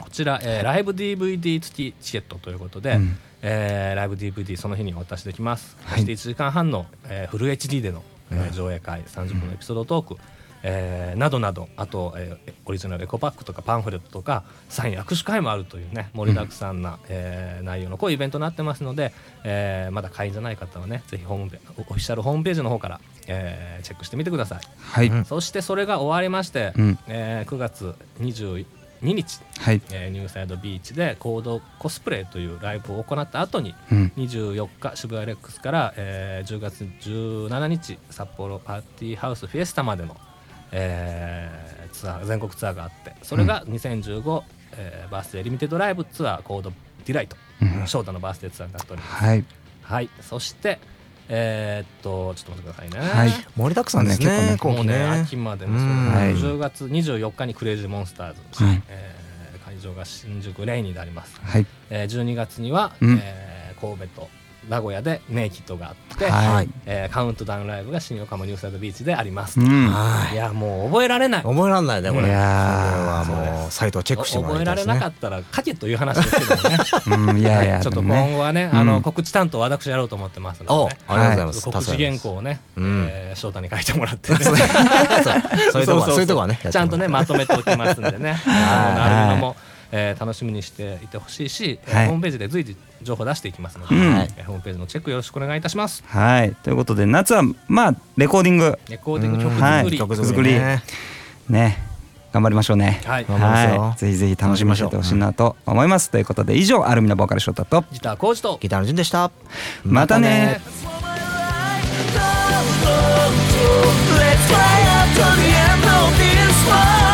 Speaker 2: こちら、えーライブ DVD 付きチケットということで、えーライブ DVD その日にお渡しできます、そして1時間半の、えーフル HD での、えー上映会30分のエピソードトーク、えーなどなどあと、えーオリジナルエコパックとかパンフレットとかサイン握手会もあるというね盛りだくさんな、えー内容のこういうイベントになってますので、えーまだ会員じゃない方はねぜひホームペオフィシャルホームページの方から、えーチェックしてみてください
Speaker 1: はい、
Speaker 2: そしてそれが終わりまして、
Speaker 1: うん
Speaker 2: えー9月20 22日、
Speaker 1: はい、
Speaker 2: えーニューサイドビーチで行動コスプレというライブを行った後に
Speaker 1: うん、
Speaker 2: 24日渋谷レックスから、えー10月17日札幌パーティーハウスフィエスタまでの、えーツアー全国ツアーがあってそれが2015、えーバースデーリミテッドライブツアーコードディライト、
Speaker 1: うん
Speaker 2: 翔太のバースデーツアーになっております
Speaker 1: はい、
Speaker 2: はいそしてえーっとちょっと待ってくださいね、
Speaker 1: はい、
Speaker 3: 盛りだくさんですね
Speaker 1: ね結
Speaker 3: 今
Speaker 2: もう
Speaker 3: 期
Speaker 2: ね
Speaker 3: ね
Speaker 2: 秋までもそう
Speaker 3: うん
Speaker 1: はい
Speaker 2: 10月24日にクレイジーモンスターズ、
Speaker 1: はい
Speaker 2: えー会場が新宿レインになります、
Speaker 1: はい、
Speaker 2: えー12月には、
Speaker 1: うん
Speaker 2: えー神戸と名古屋でネイキッドがあって、
Speaker 1: はい、
Speaker 2: えーカウントダウンライブが新横浜ニューサイドビーチであります、
Speaker 1: う
Speaker 2: い
Speaker 1: ん、
Speaker 3: は
Speaker 2: やもう覚えられない
Speaker 3: い覚えられないねこれ
Speaker 1: いやー
Speaker 3: これはもうサイトをチェックしてもら
Speaker 2: 覚
Speaker 3: い
Speaker 2: え
Speaker 3: た
Speaker 2: ら
Speaker 3: いで
Speaker 2: れ
Speaker 3: す
Speaker 2: な
Speaker 3: ね
Speaker 2: かったら書けという話ですけどね
Speaker 1: うん、いやいや、
Speaker 2: ちょっ
Speaker 1: で
Speaker 2: と
Speaker 1: も
Speaker 2: 今
Speaker 1: ね
Speaker 2: 後はねあの
Speaker 1: うん
Speaker 2: 告知担当私やろうと思ってます
Speaker 3: お
Speaker 2: の
Speaker 3: あ
Speaker 2: で、
Speaker 3: りが
Speaker 2: ね
Speaker 3: とうございま
Speaker 2: 告
Speaker 3: す
Speaker 2: 知 原稿をね、
Speaker 3: うん
Speaker 2: えー翔太に書いてもらって ね、
Speaker 3: そういうとこはそういうとこはねやってもらって
Speaker 2: ちゃんとねまとめておきますんで ねあのアルミノも、えー楽しみにしていてほしいし、えー
Speaker 1: はい
Speaker 2: ホームページで随時情報出していきますので、
Speaker 1: うん
Speaker 2: えーホームページのチェックよろしくお願いいたします
Speaker 1: はい、ということで夏はまあレコーディング
Speaker 2: レコーディング曲
Speaker 1: は
Speaker 2: 作
Speaker 1: い
Speaker 2: り、
Speaker 1: 曲
Speaker 3: 曲
Speaker 1: 作
Speaker 3: 作
Speaker 1: り
Speaker 3: り
Speaker 1: ね
Speaker 3: ね
Speaker 1: 頑張りましょうね。
Speaker 2: はい
Speaker 3: 頑張りますよ
Speaker 1: はい、ぜひぜひ楽しみにしててほしいなと思います。ということで以上アルミのボーカルショータと
Speaker 2: ギターコーチと
Speaker 3: ギターの順でした
Speaker 1: またね。
Speaker 5: Let's fly up to the end of this world.